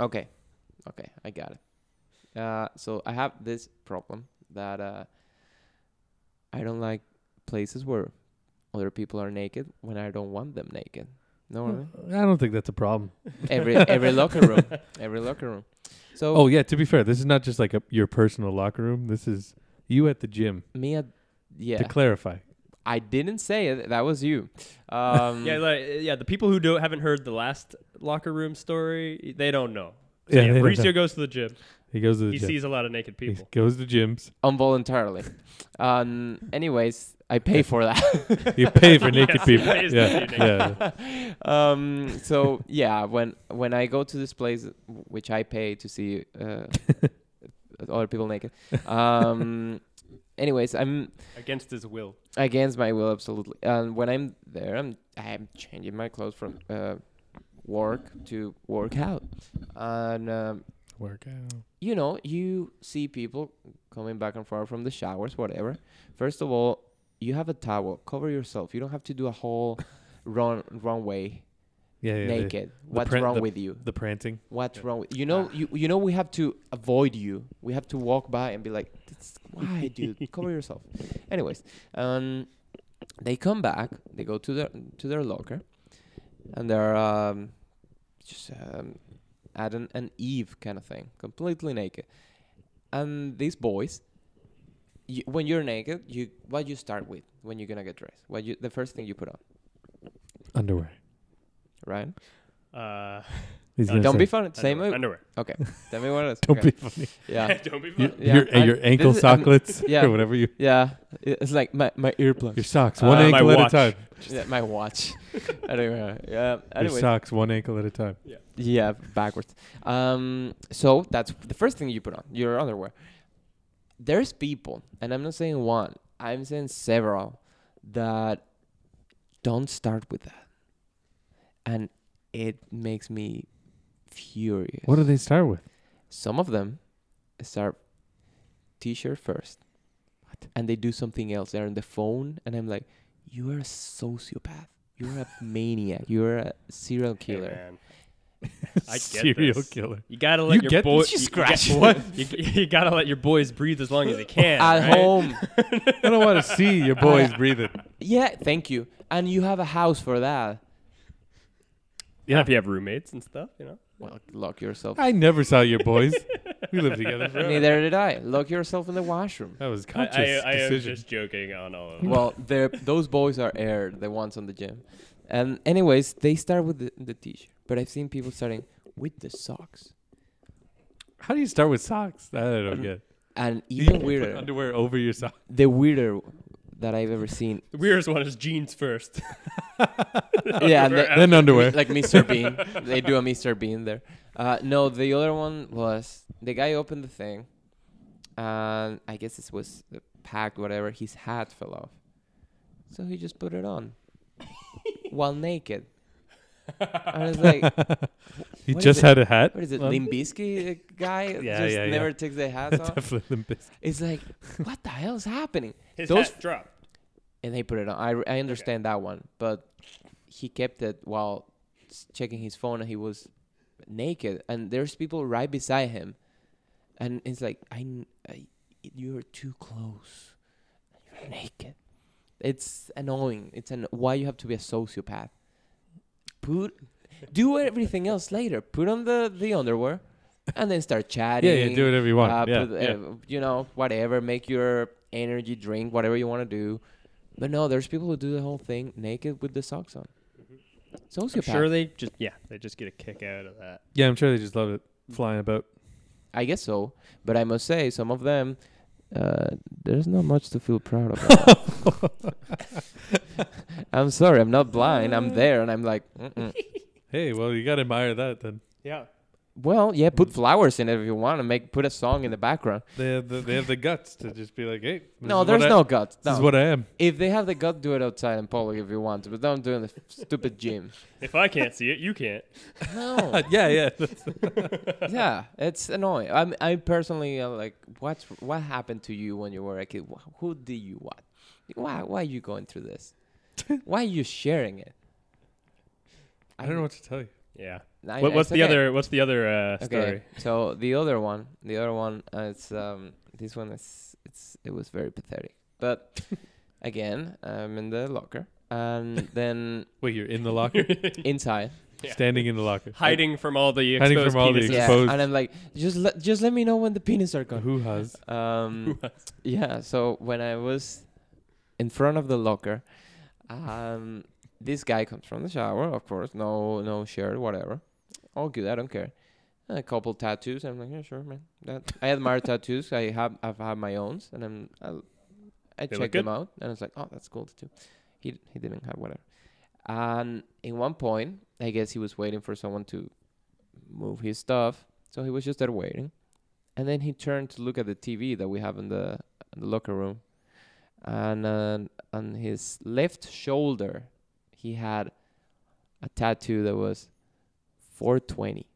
Speaker 3: Okay, okay, I got it. Uh, so I have this problem that uh, I don't like places where other people are naked when I don't want them naked. Know what I mean?
Speaker 4: I don't think that's a problem.
Speaker 3: Every every locker room, every locker room. So
Speaker 4: Oh yeah, to be fair, this is not just like a, your personal locker room. This is you at the gym.
Speaker 3: me at yeah.
Speaker 4: To clarify,
Speaker 3: I didn't say it. That
Speaker 4: <laughs>
Speaker 3: was you. Um,
Speaker 2: Yeah, like, yeah. The people who do, haven't heard the last locker room story, they don't know. So,
Speaker 4: Yeah,
Speaker 2: yeah,
Speaker 4: they don't know.
Speaker 2: Mauricio goes to the gym.
Speaker 4: He goes to the
Speaker 2: He
Speaker 4: gym.
Speaker 2: sees a lot of naked
Speaker 4: He
Speaker 2: people.
Speaker 4: goes to
Speaker 2: <laughs>
Speaker 4: gyms.
Speaker 3: involuntarily. Um, anyways, I pay for that.
Speaker 4: You pay for naked
Speaker 2: Yes, he
Speaker 4: people.
Speaker 2: pays
Speaker 4: yeah,
Speaker 2: to see naked
Speaker 4: yeah.
Speaker 3: <laughs> um, so yeah, when when I go to this place, which I pay to see
Speaker 4: <laughs>
Speaker 3: uh, other people naked. Um, anyways, I'm
Speaker 2: against his will.
Speaker 3: against my will absolutely. And when I'm there, I'm I'm changing my clothes from uh, work to work out, and. Um,
Speaker 4: Work out.
Speaker 3: you know, you see people coming back and forth from the showers, whatever. First of all, you have a towel. Cover yourself. You don't have to do a whole <laughs> run runway
Speaker 4: Yeah, yeah. The,
Speaker 3: naked. What's
Speaker 4: pran-
Speaker 3: wrong with you?
Speaker 4: the prancing.
Speaker 3: What's
Speaker 2: Yeah.
Speaker 3: wrong with you?
Speaker 4: Ah.
Speaker 3: Know you you know we have to avoid you. We have to walk by and be like, "That's- why,
Speaker 4: <laughs>
Speaker 3: dude? Cover yourself. Anyways, um, they come back. They go to their to their locker, and they're um, just um, at an, an Eve kind of thing, completely naked. And these boys, you, when you're naked, you what you start with when you're gonna get dressed? What you the first thing you put on,
Speaker 4: Underwear.
Speaker 3: right?
Speaker 2: Uh,
Speaker 4: He's
Speaker 2: Uh,
Speaker 4: gonna
Speaker 3: Don't be
Speaker 4: say,
Speaker 3: funny. Same.
Speaker 2: underwear.
Speaker 3: o-
Speaker 2: underwear.
Speaker 3: Okay. Tell me what it is.
Speaker 4: <laughs> Don't
Speaker 3: okay.
Speaker 4: be funny.
Speaker 2: <laughs>
Speaker 3: Yeah.
Speaker 2: don't be funny.
Speaker 4: Your,
Speaker 3: Yeah,
Speaker 4: your,
Speaker 3: I-
Speaker 4: your ankle
Speaker 3: this is- I'm-
Speaker 4: socklets <laughs>
Speaker 3: yeah.
Speaker 4: or whatever you.
Speaker 3: Yeah, i- it's like my my
Speaker 4: <laughs>
Speaker 3: earplugs.
Speaker 4: Your socks, one
Speaker 2: Uh, my
Speaker 4: ankle at a
Speaker 2: watch.
Speaker 4: time.
Speaker 3: yeah, my watch. anyway, yeah.
Speaker 4: Your
Speaker 3: Anyway,
Speaker 4: socks, one ankle at a time.
Speaker 3: yeah, backwards. Um, so that's the first thing you put on your underwear. There's people, and I'm not saying one. I'm saying several that don't start with that, and it makes me furious.
Speaker 4: What do they start <laughs> with?
Speaker 3: Some of them start t-shirt first, and they do something else. They're on the phone, and I'm like, "You are a sociopath. You're a <laughs> maniac. You're a serial
Speaker 2: Hey,
Speaker 3: killer."
Speaker 2: man. I get
Speaker 4: Serial
Speaker 2: this.
Speaker 4: killer.
Speaker 2: You gotta let
Speaker 4: You
Speaker 2: your
Speaker 4: get
Speaker 2: boy.
Speaker 4: this?
Speaker 3: Just
Speaker 2: you- you <laughs>
Speaker 3: scratch.
Speaker 2: get-
Speaker 4: What?
Speaker 2: You, you gotta let your boys breathe as long as
Speaker 4: <laughs>
Speaker 2: they can.
Speaker 3: At
Speaker 2: right? <laughs>
Speaker 3: home,
Speaker 4: I don't want to see
Speaker 3: <laughs>
Speaker 4: your boys breathing.
Speaker 3: yeah. Thank you. And you have a house for that.
Speaker 2: Yeah, if you have roommates and stuff, you know.
Speaker 3: Well,
Speaker 2: <laughs>
Speaker 3: lock yourself.
Speaker 4: I never saw your boys. we lived together forever.
Speaker 3: <laughs> Neither did I. Lock yourself in
Speaker 2: <laughs>
Speaker 3: the washroom.
Speaker 4: That was a
Speaker 2: I, I,
Speaker 4: conscious
Speaker 2: I am
Speaker 4: decision.
Speaker 2: just joking on all of them.
Speaker 3: Well, they're- those boys are aired. The ones on the gym. And anyways, they start with the, the t-shirt, but I've seen people starting with the socks.
Speaker 4: How do you start with socks? I don't get.
Speaker 2: <laughs>
Speaker 3: And
Speaker 4: You
Speaker 3: even
Speaker 4: put
Speaker 3: weirder,
Speaker 4: underwear over your socks.
Speaker 3: the weirder that I've ever seen.
Speaker 2: The weirdest one is
Speaker 4: <laughs>
Speaker 2: jeans first. <laughs>
Speaker 3: yeah, and the-
Speaker 4: <laughs> Then underwear.
Speaker 3: like Mr.
Speaker 4: <laughs>
Speaker 3: Bean. they do a Mr. Bean there. Uh, no, the other one was the guy opened the thing, and I guess this was the packed, whatever. His hat fell off, so he just put
Speaker 4: <laughs>
Speaker 3: it on while naked. I was like,
Speaker 4: <laughs> he
Speaker 3: what is
Speaker 4: just
Speaker 3: it?
Speaker 4: had a hat. <laughs>
Speaker 3: what is it,
Speaker 4: on?
Speaker 3: Limbisky guy?
Speaker 4: <laughs> Yeah,
Speaker 3: just
Speaker 4: yeah, yeah.
Speaker 3: never takes the hat off.
Speaker 4: Definitely Limp Bizkit.
Speaker 3: It's like, what the hell is happening?
Speaker 2: <laughs> His
Speaker 3: Those-
Speaker 2: hat dropped.
Speaker 3: and they put it on. I, I understand that one, but he kept it while s- checking his phone and he was naked. And there's people right beside him, and it's like I, kn- I- you're too close. You're naked. It's annoying. It's an why you have to be a sociopath. Put do everything else later. Put on the the underwear, and then start chatting.
Speaker 4: Yeah, yeah, do whatever you want.
Speaker 3: Uh,
Speaker 4: yeah,
Speaker 3: put,
Speaker 4: yeah.
Speaker 3: uh, you know, whatever. Make your energy drink, whatever you want to do. But no, there's people who do the whole thing naked with the socks on.
Speaker 2: I'm
Speaker 3: Sociopath.
Speaker 2: sure they just yeah they just get a kick out of that.
Speaker 4: Yeah, I'm sure they just love it flying about.
Speaker 3: I guess so. But I must say, some of them, uh, there's not much to feel proud about.
Speaker 4: <laughs>
Speaker 3: I'm sorry, I'm not blind. I'm there, and I'm like, Mm-mm.
Speaker 4: Hey, well, you gotta admire that then.
Speaker 2: Yeah.
Speaker 3: well, yeah, put flowers in it if you want, and make put a song in the background.
Speaker 4: They have the, they have the guts to just be like, hey. this
Speaker 3: No,
Speaker 4: is what
Speaker 3: there's
Speaker 4: I-
Speaker 3: no guts.
Speaker 4: This is
Speaker 3: No.
Speaker 4: what I am. <laughs>
Speaker 3: if they have the gut, do it outside in public if you want to, but don't do it in the
Speaker 4: <laughs>
Speaker 3: stupid gym.
Speaker 2: If I can't see it, you can't.
Speaker 3: No.
Speaker 4: yeah, yeah.
Speaker 3: yeah, it's annoying. I'm, I personally uh, like what's what happened to you when you were a kid? Wh- Who did you what? Why why are you going through
Speaker 4: <laughs>
Speaker 3: this? why are you sharing it?
Speaker 4: <laughs> I don't know what to tell you.
Speaker 2: Yeah.
Speaker 3: <laughs> I-
Speaker 2: what, what's
Speaker 3: it's
Speaker 2: the
Speaker 3: okay.
Speaker 2: other What's the other uh,
Speaker 3: Okay,
Speaker 2: story?
Speaker 3: so the other one, the other one, uh, it's um this one is it's it was very pathetic.
Speaker 4: <laughs>
Speaker 3: But again, I'm in the locker, and
Speaker 4: <laughs>
Speaker 3: then
Speaker 4: Wait, you're in the locker,
Speaker 3: inside,
Speaker 2: Yeah.
Speaker 4: standing in the locker,
Speaker 2: Hiding from all the exposed
Speaker 4: Hiding from all the
Speaker 2: penises.
Speaker 3: yeah,
Speaker 4: Exposed.
Speaker 3: and I'm like, just let just let
Speaker 2: <laughs>
Speaker 3: me know when the penis are gone.
Speaker 4: Who has?
Speaker 3: Um, yeah. So when I was in front of the locker. Um, this guy comes from the shower, of course, no no shirt, whatever. All good, I don't care. And a couple tattoos, and I'm like, yeah, sure, man. That, I
Speaker 2: <laughs>
Speaker 3: admire tattoos. I have I've had my own, and I'm I, I
Speaker 2: They look
Speaker 3: checked them out, and I was like, oh, that's cool too. He he didn't have whatever. And in one point, I guess he was waiting for someone to move his stuff, so he was just there waiting. And then he turned to look at the TV that we have in the in the locker room, and uh, on his left shoulder, he had a tattoo that was 420.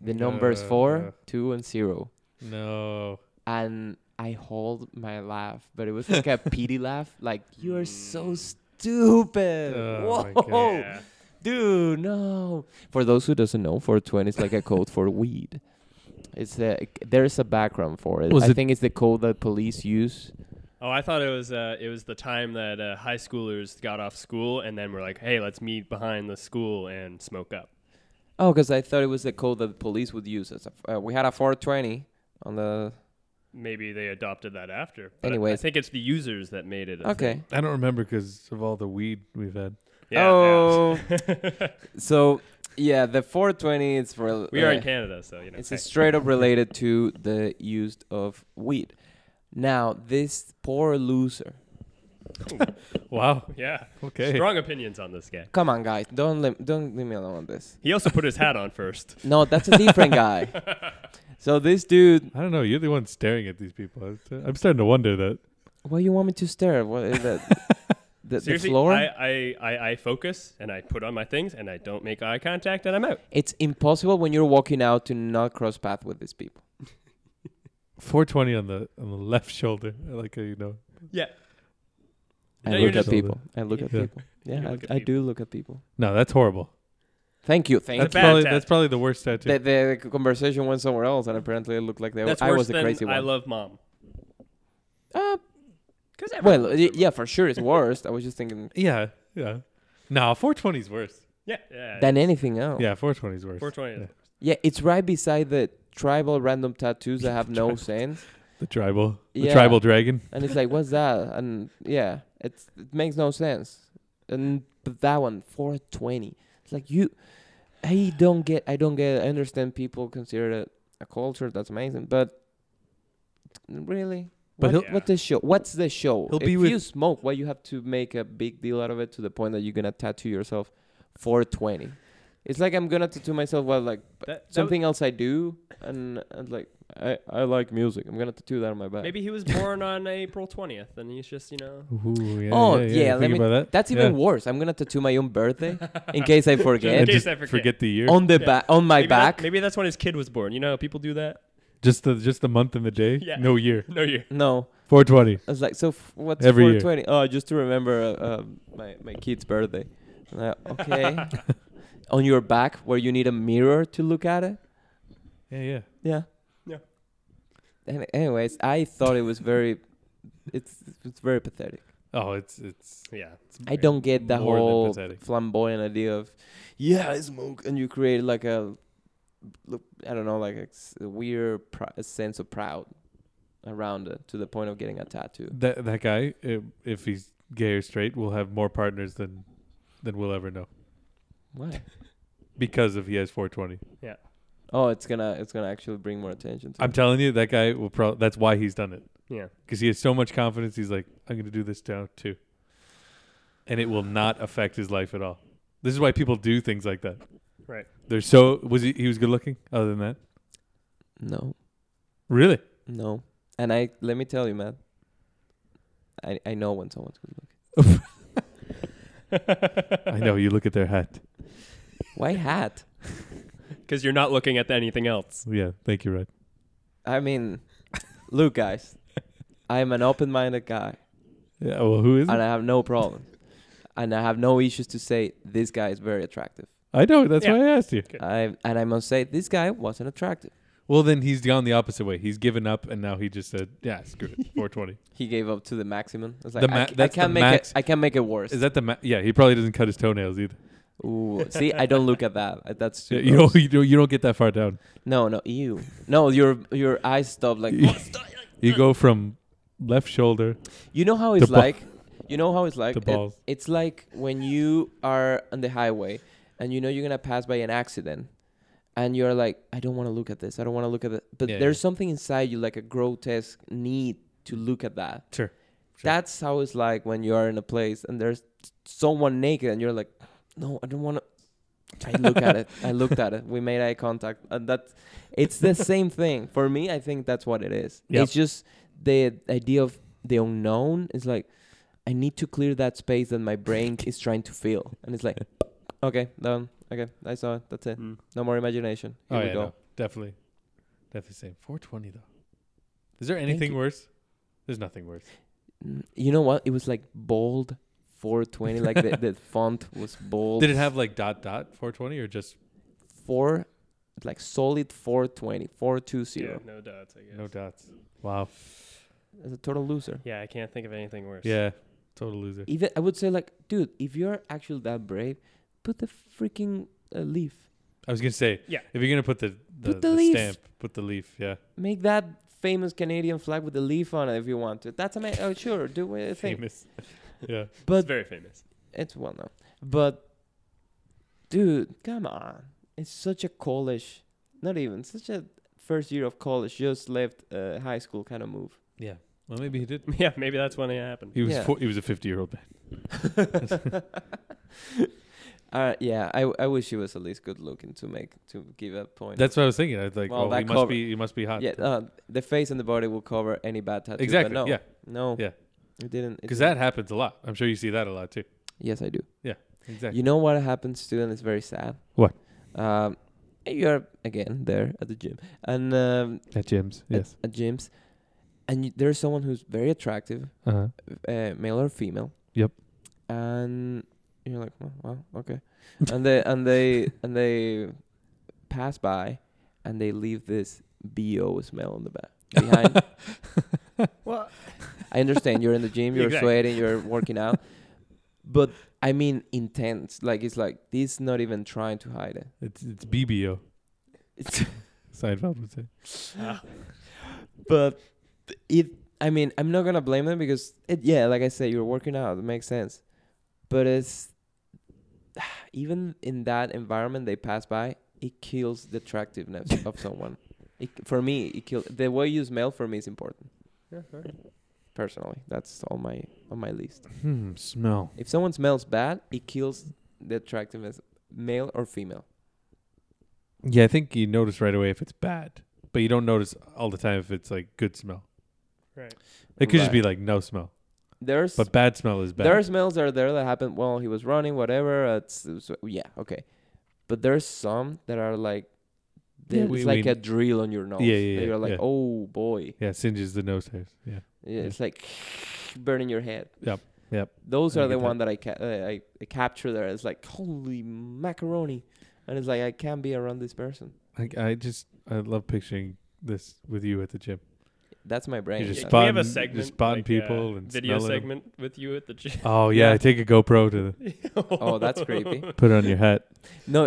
Speaker 3: The numbers
Speaker 4: Uh.
Speaker 3: four, two, and zero.
Speaker 4: No.
Speaker 3: And I hold my laugh, but it was
Speaker 4: <laughs>
Speaker 3: like a pity laugh, like you are so stupid.
Speaker 4: Mm. Oh my God.
Speaker 3: Whoa,
Speaker 2: Yeah.
Speaker 3: dude, no. For those who doesn't know, 420 is like a code for weed. It's a, there's a background for it.
Speaker 4: Was
Speaker 3: I
Speaker 4: it-
Speaker 3: think it's the code that police use
Speaker 2: Oh, I thought it was uh, it was the time that uh, high schoolers got off school and then were like, "Hey, let's meet behind the school and smoke up."
Speaker 3: Oh, because I thought it was the code that the police would use. As a, uh, we had a 420 on the.
Speaker 2: Maybe they adopted that after. But I
Speaker 3: Anyways.
Speaker 2: think it's the users that made it. a
Speaker 3: Okay.
Speaker 2: thing.
Speaker 4: I don't remember because of all the weed we've had.
Speaker 2: Yeah,
Speaker 3: Oh.
Speaker 2: yeah.
Speaker 3: So, yeah, the 420 is for.
Speaker 2: <laughs> we are in
Speaker 3: uh,
Speaker 2: Canada, so you know.
Speaker 3: It's
Speaker 2: hey.
Speaker 3: straight up related to the use of weed. Now, this poor loser.
Speaker 4: Wow.
Speaker 2: yeah.
Speaker 4: Okay.
Speaker 2: Strong opinions on this guy.
Speaker 3: Come on, guys, don't let, don't leave me alone on this.
Speaker 2: He also put his hat on
Speaker 3: <laughs>
Speaker 2: first. <laughs>
Speaker 3: No, that's a different guy. So this dude,
Speaker 4: I don't know. You're the one staring at these people. I'm sta- I'm starting to wonder that.
Speaker 3: why you want me to stare? What
Speaker 2: <laughs>
Speaker 3: is that? The, the
Speaker 2: Seriously,
Speaker 3: floor?
Speaker 2: I, I, I, I focus and I put on my things and I don't make eye contact and I'm out.
Speaker 3: It's impossible when you're walking out to not cross path with these people.
Speaker 4: 420 on the on the <laughs> left shoulder. I like how you know.
Speaker 3: I
Speaker 2: No,
Speaker 4: you're
Speaker 3: look at
Speaker 4: just-
Speaker 3: people. I look at
Speaker 4: Yeah.
Speaker 3: people. Yeah,
Speaker 2: look at
Speaker 3: I, I
Speaker 2: people.
Speaker 3: do look at people.
Speaker 4: No, that's horrible.
Speaker 3: Thank you. Thank
Speaker 4: That's
Speaker 2: bad
Speaker 3: you.
Speaker 4: probably
Speaker 2: tattoo.
Speaker 4: that's probably the worst tattoo.
Speaker 3: The, the the conversation went somewhere else, and apparently it looked like they were,
Speaker 2: That's
Speaker 3: I
Speaker 2: worse
Speaker 3: was the
Speaker 2: than
Speaker 3: crazy one.
Speaker 2: I love mom.
Speaker 3: uh,
Speaker 2: 'Cause everyone
Speaker 3: well,
Speaker 2: loves
Speaker 3: y-
Speaker 2: her mom.
Speaker 3: yeah, for sure, it's worse. I was just
Speaker 2: <laughs>
Speaker 3: thinking
Speaker 4: yeah, yeah. No, 420 is worse.
Speaker 2: yeah, yeah.
Speaker 3: than anything else.
Speaker 4: Yeah, 420 is worse.
Speaker 2: 420. is-
Speaker 3: Yeah, it's right beside the tribal random tattoos that have <laughs> no sense,
Speaker 4: The tribal, the
Speaker 3: Yeah.
Speaker 4: tribal dragon.
Speaker 3: and it's like, what's that? And yeah, it's it makes no sense. And but that one, 420. It's like you, I don't get. I don't get. I understand people consider it a culture. That's amazing, but really.
Speaker 4: But
Speaker 3: what,
Speaker 2: he'll-
Speaker 3: what the show? What's the show?
Speaker 4: He'll
Speaker 3: if
Speaker 4: be
Speaker 3: you
Speaker 4: with-
Speaker 3: smoke, why you have to make a big deal out of it to the point that you're gonna tattoo yourself 420? It's like I'm gonna tattoo myself. Well, like
Speaker 2: That- that
Speaker 3: something else I do, and, and like I, I like music. I'm gonna tattoo that on my back.
Speaker 2: Maybe he was born on April 20th and he's just, you know.
Speaker 4: Ooh, yeah,
Speaker 3: Oh,
Speaker 4: yeah.
Speaker 3: yeah,
Speaker 4: You
Speaker 3: let
Speaker 4: think
Speaker 3: me-
Speaker 4: about that.
Speaker 3: That's even
Speaker 4: Yeah.
Speaker 3: worse. I'm gonna tattoo my own
Speaker 2: <laughs>
Speaker 3: birthday in case I
Speaker 4: And
Speaker 3: forget
Speaker 2: In case
Speaker 4: just
Speaker 2: I forget.
Speaker 4: the year.
Speaker 3: on the
Speaker 2: Yeah.
Speaker 3: back on my
Speaker 2: maybe that-
Speaker 3: back.
Speaker 2: maybe that's when his kid was born. You know how people do that?
Speaker 4: Just the just the month and the day.
Speaker 2: Yeah.
Speaker 4: <laughs> No year.
Speaker 2: No, you.
Speaker 3: no,
Speaker 4: 420.
Speaker 3: I was like, so f- what's
Speaker 4: Every year.
Speaker 3: 420? Oh, just to remember uh, uh, my my kid's birthday. And I-
Speaker 2: <laughs>
Speaker 3: okay, on your back where you need a mirror to look at it.
Speaker 4: Yeah, yeah.
Speaker 3: Yeah.
Speaker 2: Yeah.
Speaker 3: And anyways, I thought it was very, it's it's very pathetic.
Speaker 4: Oh, it's it's.
Speaker 2: Yeah.
Speaker 4: it's
Speaker 3: I don't get the
Speaker 4: more than
Speaker 3: whole
Speaker 4: pathetic.
Speaker 3: flamboyant idea of, yeah, I smoke, and you create like a, look, I don't know, like a, s- a weird pr- a sense of proud around it to the point of getting a tattoo.
Speaker 4: That that guy, if, if he's gay or straight, will have more partners than than we'll ever know
Speaker 3: Why?
Speaker 4: because if he has 420.
Speaker 3: Oh, it's gonna it's gonna actually bring more attention. To
Speaker 4: I'm
Speaker 3: it.
Speaker 4: telling you, that guy will probably. That's why he's done it
Speaker 2: Yeah.
Speaker 4: because he has so much confidence. He's like, I'm going to do this now too, and it will not affect his life at all. This is why people do things like that.
Speaker 2: Right.
Speaker 4: They're so was he he was good looking. Other than that,
Speaker 3: no,
Speaker 4: really,
Speaker 3: no, and I let me tell you, man. I I know when someone's good looking.
Speaker 4: <laughs> I know you look at their hat.
Speaker 3: Why hat?
Speaker 2: Because you're not looking at anything else.
Speaker 4: Yeah, thank you, Rod.
Speaker 3: I mean, look, guys, I'm an open-minded guy.
Speaker 4: Yeah, well, who is?
Speaker 3: and
Speaker 4: it?
Speaker 3: I have no problem. And I have no issues to say this guy is very attractive.
Speaker 4: I know. That's
Speaker 2: Yeah.
Speaker 4: why I asked you.
Speaker 2: Okay.
Speaker 3: I and I must say this guy wasn't attractive.
Speaker 4: Well, then he's gone the opposite way. He's given up, and now he just said, "Yeah, screw it, 420."
Speaker 3: He gave up to the maximum. It's like
Speaker 4: The
Speaker 3: I
Speaker 4: ma-
Speaker 3: c- I,
Speaker 4: that's the
Speaker 3: can't make
Speaker 4: max-
Speaker 3: it. I can't make it worse.
Speaker 4: Is that the? Ma- yeah, he probably doesn't cut his toenails either.
Speaker 3: Ooh, see, I don't look at that. Uh, That's
Speaker 4: <laughs>
Speaker 3: too
Speaker 4: Yeah, you
Speaker 3: gross.
Speaker 4: don't. You don't. You don't get that far down. <laughs>
Speaker 3: no, no, ew, no. Your your eyes stop like
Speaker 4: you go from left shoulder,
Speaker 3: You know how it's
Speaker 4: ball-
Speaker 3: like. You know how it's like.
Speaker 4: the
Speaker 3: It-
Speaker 4: balls.
Speaker 3: it's like when you are on the highway and you know you're gonna pass by an accident, and you're like, I don't want to look at this. I don't want to look at it. But
Speaker 4: Yeah,
Speaker 3: there's
Speaker 4: yeah.
Speaker 3: something inside you, like a grotesque need to look at that.
Speaker 4: Sure, sure.
Speaker 3: That's how it's like when you are in a place and there's someone naked and you're like, no, I don't want to. I look at it. I looked at it. We made eye contact, and that's it's
Speaker 4: <laughs>
Speaker 3: the same thing for me. I think that's what it is.
Speaker 4: Yep.
Speaker 3: It's just the idea of the unknown. It's like I need to clear that space that my brain is trying to fill,
Speaker 4: <laughs>
Speaker 3: and it's like, okay, done. Okay, I saw it. That's it.
Speaker 2: Mm.
Speaker 3: No more imagination. Here
Speaker 4: Oh
Speaker 3: we
Speaker 4: yeah,
Speaker 3: go.
Speaker 4: no, definitely, definitely same. 420 though. Is there
Speaker 3: Thank
Speaker 4: anything
Speaker 3: you.
Speaker 4: worse? There's nothing worse.
Speaker 3: Mm, You know what? It was like bold 420. Like the,
Speaker 4: <laughs>
Speaker 3: the font was bold.
Speaker 4: Did it have like dot dot 420 or just
Speaker 3: four, like solid 420, 420?
Speaker 2: Yeah, no doubts. I guess.
Speaker 4: no dots? Wow.
Speaker 3: As a total loser.
Speaker 2: Yeah, I can't think of anything worse.
Speaker 4: Yeah, total loser.
Speaker 3: Even I would say like, dude, if you're actually that brave, put the freaking uh, leaf.
Speaker 4: I was gonna say,
Speaker 2: Yeah.
Speaker 4: if you're gonna put the the,
Speaker 3: Put the
Speaker 4: the
Speaker 3: leaf.
Speaker 4: stamp, put the leaf. Yeah,
Speaker 3: Make that famous Canadian flag with the leaf on it if you want to. That's amazing. Oh, sure, do what you think.
Speaker 4: famous. <laughs> yeah,
Speaker 2: It's
Speaker 3: But
Speaker 2: very famous. <laughs>
Speaker 3: it's well known. But dude, come on. It's such a college, not even such a first year of college, just left uh, high school kind of move.
Speaker 4: <laughs> yeah. Well, maybe he did.
Speaker 2: Yeah, maybe that's when it happened.
Speaker 4: He was
Speaker 3: Yeah.
Speaker 4: four, he was a 50 year old man.
Speaker 3: uh, yeah, I, I wish he was at least good looking to make to give a point.
Speaker 4: That's what I was thinking. I was like,
Speaker 3: Well,
Speaker 4: well,
Speaker 3: that
Speaker 4: he
Speaker 3: cover-
Speaker 4: must be he must be hot.
Speaker 3: yeah. Uh, the face and the body will cover any bad tattoo. but
Speaker 4: exactly.
Speaker 3: No,
Speaker 4: Yeah,
Speaker 3: No.
Speaker 4: Yeah.
Speaker 3: It didn't. it
Speaker 4: because
Speaker 3: didn't.
Speaker 4: that happens a lot. I'm sure you see that a lot too.
Speaker 3: Yes, I do.
Speaker 4: Exactly.
Speaker 3: You know what happens to, and it's very sad.
Speaker 4: What?
Speaker 3: Um, you're again there at the gym, and um,
Speaker 4: At gyms, yes.
Speaker 3: at, at gyms, and you, there's someone who's very attractive,
Speaker 4: Uh-huh.
Speaker 3: uh, male or female.
Speaker 4: Yep.
Speaker 3: And you're like, well, well okay. and they and they and they pass by, and they leave this bo smell on the back behind.
Speaker 2: Well,
Speaker 3: I understand you're in the gym, you're
Speaker 2: Exactly.
Speaker 3: sweating, you're working out, but I mean intense. Like it's like this, not even trying to hide it.
Speaker 4: It's it's BBO.
Speaker 3: It's-
Speaker 4: Seinfeld would say.
Speaker 3: but it. I mean, I'm not gonna blame them because it. Yeah, like I said, you're working out. It makes sense, but it's <sighs> even in that environment they pass by. It kills the attractiveness
Speaker 4: <laughs>
Speaker 3: of someone. It, for me, it kills the way you smell. For me, is important personally. That's on my on my list.
Speaker 4: Hmm. Smell.
Speaker 3: If someone smells bad, it kills the attractiveness, male or female.
Speaker 4: Yeah, I think you notice right away if it's bad, but you don't notice all the time if it's like good smell.
Speaker 2: right.
Speaker 4: It could just
Speaker 3: Right.
Speaker 4: be like no smell,
Speaker 3: There's
Speaker 4: but bad smell is bad.
Speaker 3: there are smells that are there that happen while he was running, whatever. uh, It's, it's- yeah, okay. But there's some that are like
Speaker 4: Yeah,
Speaker 3: it's
Speaker 4: we-
Speaker 3: like
Speaker 4: we-
Speaker 3: a drill on your nose.
Speaker 4: Yeah, yeah,
Speaker 3: that
Speaker 4: yeah,
Speaker 3: You're like,
Speaker 4: yeah.
Speaker 3: oh boy,
Speaker 4: yeah, singes the nose hairs. Yeah.
Speaker 3: yeah, it's like <sighs> burning your head.
Speaker 4: Yep, yep.
Speaker 3: Those
Speaker 4: I
Speaker 3: are the
Speaker 4: get
Speaker 3: one that I ca- uh, I, I capture there. It's like holy macaroni, and it's like I can't be around this person.
Speaker 4: I, I just I love picturing this with you at the gym.
Speaker 3: That's my brain.
Speaker 4: You're just
Speaker 3: That's-
Speaker 4: spotting-
Speaker 2: we have a
Speaker 4: just
Speaker 2: segment,
Speaker 4: spotting
Speaker 2: like,
Speaker 4: people
Speaker 2: uh,
Speaker 4: and
Speaker 2: video
Speaker 4: smelling 'em.
Speaker 2: segment with you at the gym.
Speaker 4: Oh yeah,
Speaker 3: Yeah.
Speaker 4: I take a GoPro to the,
Speaker 3: <laughs> Oh, that's creepy.
Speaker 4: put on your hat.
Speaker 3: no,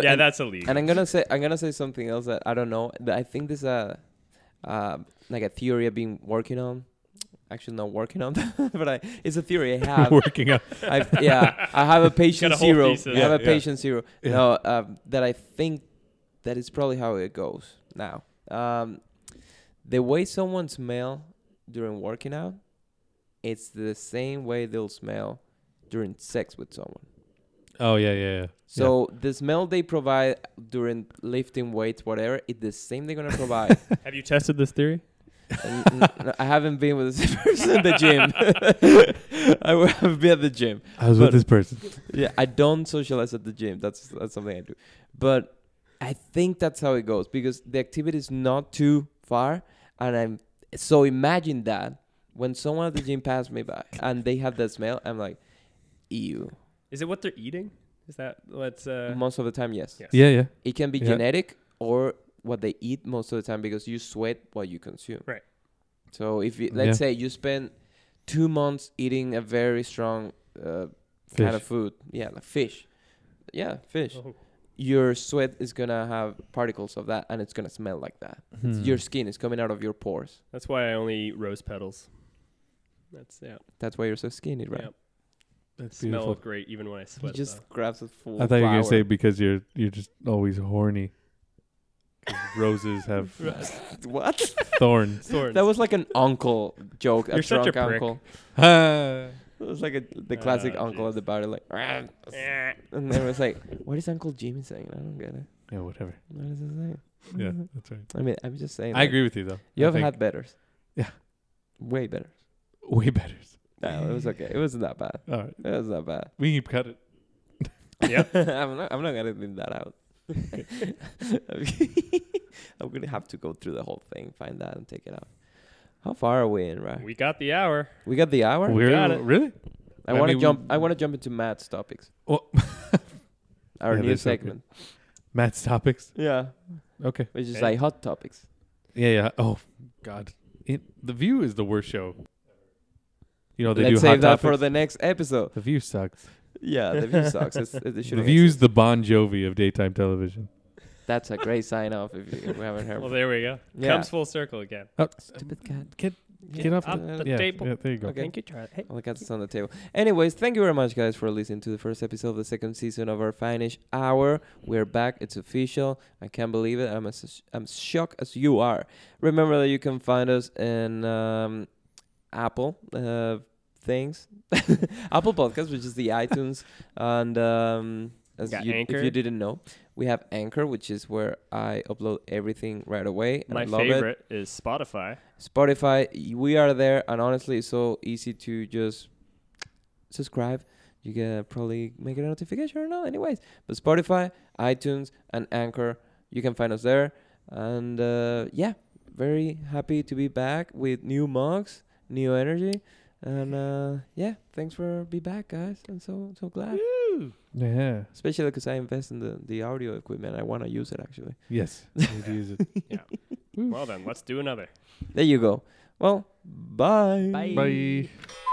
Speaker 2: <laughs> yeah,
Speaker 3: and-
Speaker 2: that's illegal.
Speaker 3: And I'm gonna say I'm gonna say something else that I don't know. That I think this a uh, like a theory I've been working on. Actually, not working on, <laughs> but I it's a theory I
Speaker 4: <laughs>
Speaker 3: have.
Speaker 4: working out.
Speaker 3: I've, yeah, I have a patient
Speaker 2: Got a whole
Speaker 3: zero.
Speaker 2: thesis.
Speaker 3: I have a
Speaker 4: Yeah, yeah.
Speaker 3: patient zero.
Speaker 4: Yeah.
Speaker 3: No, um, that I think that is probably how it goes now. Um, the way someone smell during working out, it's the same way they'll smell during sex with someone.
Speaker 4: Oh yeah, yeah, yeah.
Speaker 3: So the smell they provide during lifting weights, whatever, it's the same they're gonna provide.
Speaker 2: have you tested this theory?
Speaker 3: And n- n- I haven't been with this <laughs> person at the gym. I will have been at the gym.
Speaker 4: I was
Speaker 3: But-
Speaker 4: with this person.
Speaker 3: Yeah, I don't socialize at the gym. That's that's something I do. But I think that's how it goes because the activity is not too far, and I'm so imagine that when someone at the gym passed me by and they have that smell, I'm like, ew.
Speaker 2: Is it what they're eating? Is that let's? Uh,
Speaker 3: Most of the time, yes.
Speaker 2: yes.
Speaker 4: Yeah, yeah.
Speaker 3: It can be
Speaker 4: Yeah.
Speaker 3: genetic or what they eat most of the time because you sweat what you consume.
Speaker 2: Right.
Speaker 3: So if you,
Speaker 4: Yeah.
Speaker 3: let's say you spend two months eating a very strong uh, kind of food, yeah, like fish, yeah, fish.
Speaker 2: Oh.
Speaker 3: Your sweat is gonna have particles of that, and it's gonna
Speaker 4: Hmm. Mm.
Speaker 3: smell like that. Your skin is coming out of your pores.
Speaker 2: That's why I only eat rose petals. That's yeah.
Speaker 3: That's why you're so skinny, right?
Speaker 2: Yep. uh,
Speaker 4: That's
Speaker 2: Smell
Speaker 4: beautiful.
Speaker 2: great even when I
Speaker 3: He
Speaker 2: sweat.
Speaker 3: just
Speaker 4: <laughs>
Speaker 2: though.
Speaker 3: grabs a full.
Speaker 4: I thought you were
Speaker 3: flower.
Speaker 4: gonna say because you're you're just always <laughs> horny. 'Cause roses have
Speaker 3: <laughs> what?
Speaker 4: <laughs> thorns.
Speaker 2: Thorns.
Speaker 3: That was like an uncle joke.
Speaker 2: You're
Speaker 3: a
Speaker 2: such a
Speaker 3: drunk
Speaker 2: prick.
Speaker 3: uncle.
Speaker 4: Ah.
Speaker 3: It was like a, the classic
Speaker 2: Oh,
Speaker 3: uncle at the bar, like, "Rah."
Speaker 2: <laughs> Eh.
Speaker 3: and then it was like, what is Uncle Jimmy saying? I don't get it.
Speaker 4: yeah, whatever.
Speaker 3: What is he saying?
Speaker 4: Yeah, that's right.
Speaker 3: I mean, I'm just saying.
Speaker 4: I
Speaker 3: like,
Speaker 4: agree with you though.
Speaker 3: You
Speaker 4: I
Speaker 3: have
Speaker 4: think
Speaker 3: had betters.
Speaker 4: Yeah.
Speaker 3: Way better.
Speaker 4: way better.
Speaker 3: No, it was okay. It wasn't that bad.
Speaker 4: All right,
Speaker 3: It was not bad.
Speaker 4: we can cut it.
Speaker 2: Yep.
Speaker 3: <laughs> I'm not. I'm not gonna leave that out. <laughs> I'm gonna have to go through the whole thing, find that, and take it out. How far are we in, right?
Speaker 2: We got the hour.
Speaker 3: We got the hour.
Speaker 4: We're
Speaker 2: Got it.
Speaker 4: really. I
Speaker 3: I want
Speaker 4: mean,
Speaker 3: to
Speaker 4: we-
Speaker 3: jump. I want to jump into Matt's topics.
Speaker 4: <laughs> Oh.
Speaker 3: Our
Speaker 4: Yeah,
Speaker 3: new
Speaker 4: that's so good.
Speaker 3: segment.
Speaker 4: Matt's topics.
Speaker 3: Yeah,
Speaker 4: Okay.
Speaker 3: which is
Speaker 2: Okay.
Speaker 3: like hot topics.
Speaker 4: Yeah, yeah. Oh God, it, the View is the worst show. You know they
Speaker 3: Let's
Speaker 4: do
Speaker 3: save
Speaker 4: hot
Speaker 3: that for
Speaker 4: topics.
Speaker 3: the next episode.
Speaker 4: The View sucks.
Speaker 3: Yeah, the <laughs> view sucks. It's, it
Speaker 4: the
Speaker 3: shouldn't
Speaker 4: View's
Speaker 3: exist.
Speaker 4: the Bon Jovi of daytime television.
Speaker 3: That's a great sign off if you if we haven't
Speaker 2: <laughs>
Speaker 3: heard.
Speaker 2: Well, there we go.
Speaker 3: Yeah.
Speaker 2: Comes full circle again.
Speaker 3: Stupid cat.
Speaker 4: Get-
Speaker 3: Yeah.
Speaker 4: get off
Speaker 2: Up the
Speaker 4: yeah,
Speaker 2: table.
Speaker 4: yeah, there you go.
Speaker 3: Okay.
Speaker 2: Thank you, Charlie. Hey.
Speaker 3: All the
Speaker 2: <laughs>
Speaker 3: cats is on the table. Anyways, thank you very much, guys, for listening to the first episode of the second season of our Finnish Hour. We're back. It's official. I can't believe it. I'm as I'm shocked as you are. Remember that you can find us in um, Apple uh, things, <laughs> Apple Podcasts, which is the
Speaker 2: <laughs>
Speaker 3: iTunes, and um, as
Speaker 2: Got
Speaker 3: you,
Speaker 2: Anchor.
Speaker 3: if you didn't know, we have Anchor, which is where I upload everything right away. And I
Speaker 2: My
Speaker 3: love it.
Speaker 2: favorite is Spotify.
Speaker 3: Spotify, y- we are there, and honestly, it's so easy to just subscribe. You can probably make a notification or not, anyways. But Spotify, iTunes, and Anchor, you can find us there. And uh, yeah, very happy to be back with new mugs, new energy, and uh, yeah, thanks for be back, guys. I'm so so glad,
Speaker 4: Yeah.
Speaker 3: especially because I invest in the the audio equipment. I want to use it actually.
Speaker 4: Yes. we need to use it.
Speaker 2: Well then, let's do another.
Speaker 3: There you go. Well, bye.
Speaker 2: Bye.
Speaker 4: Bye.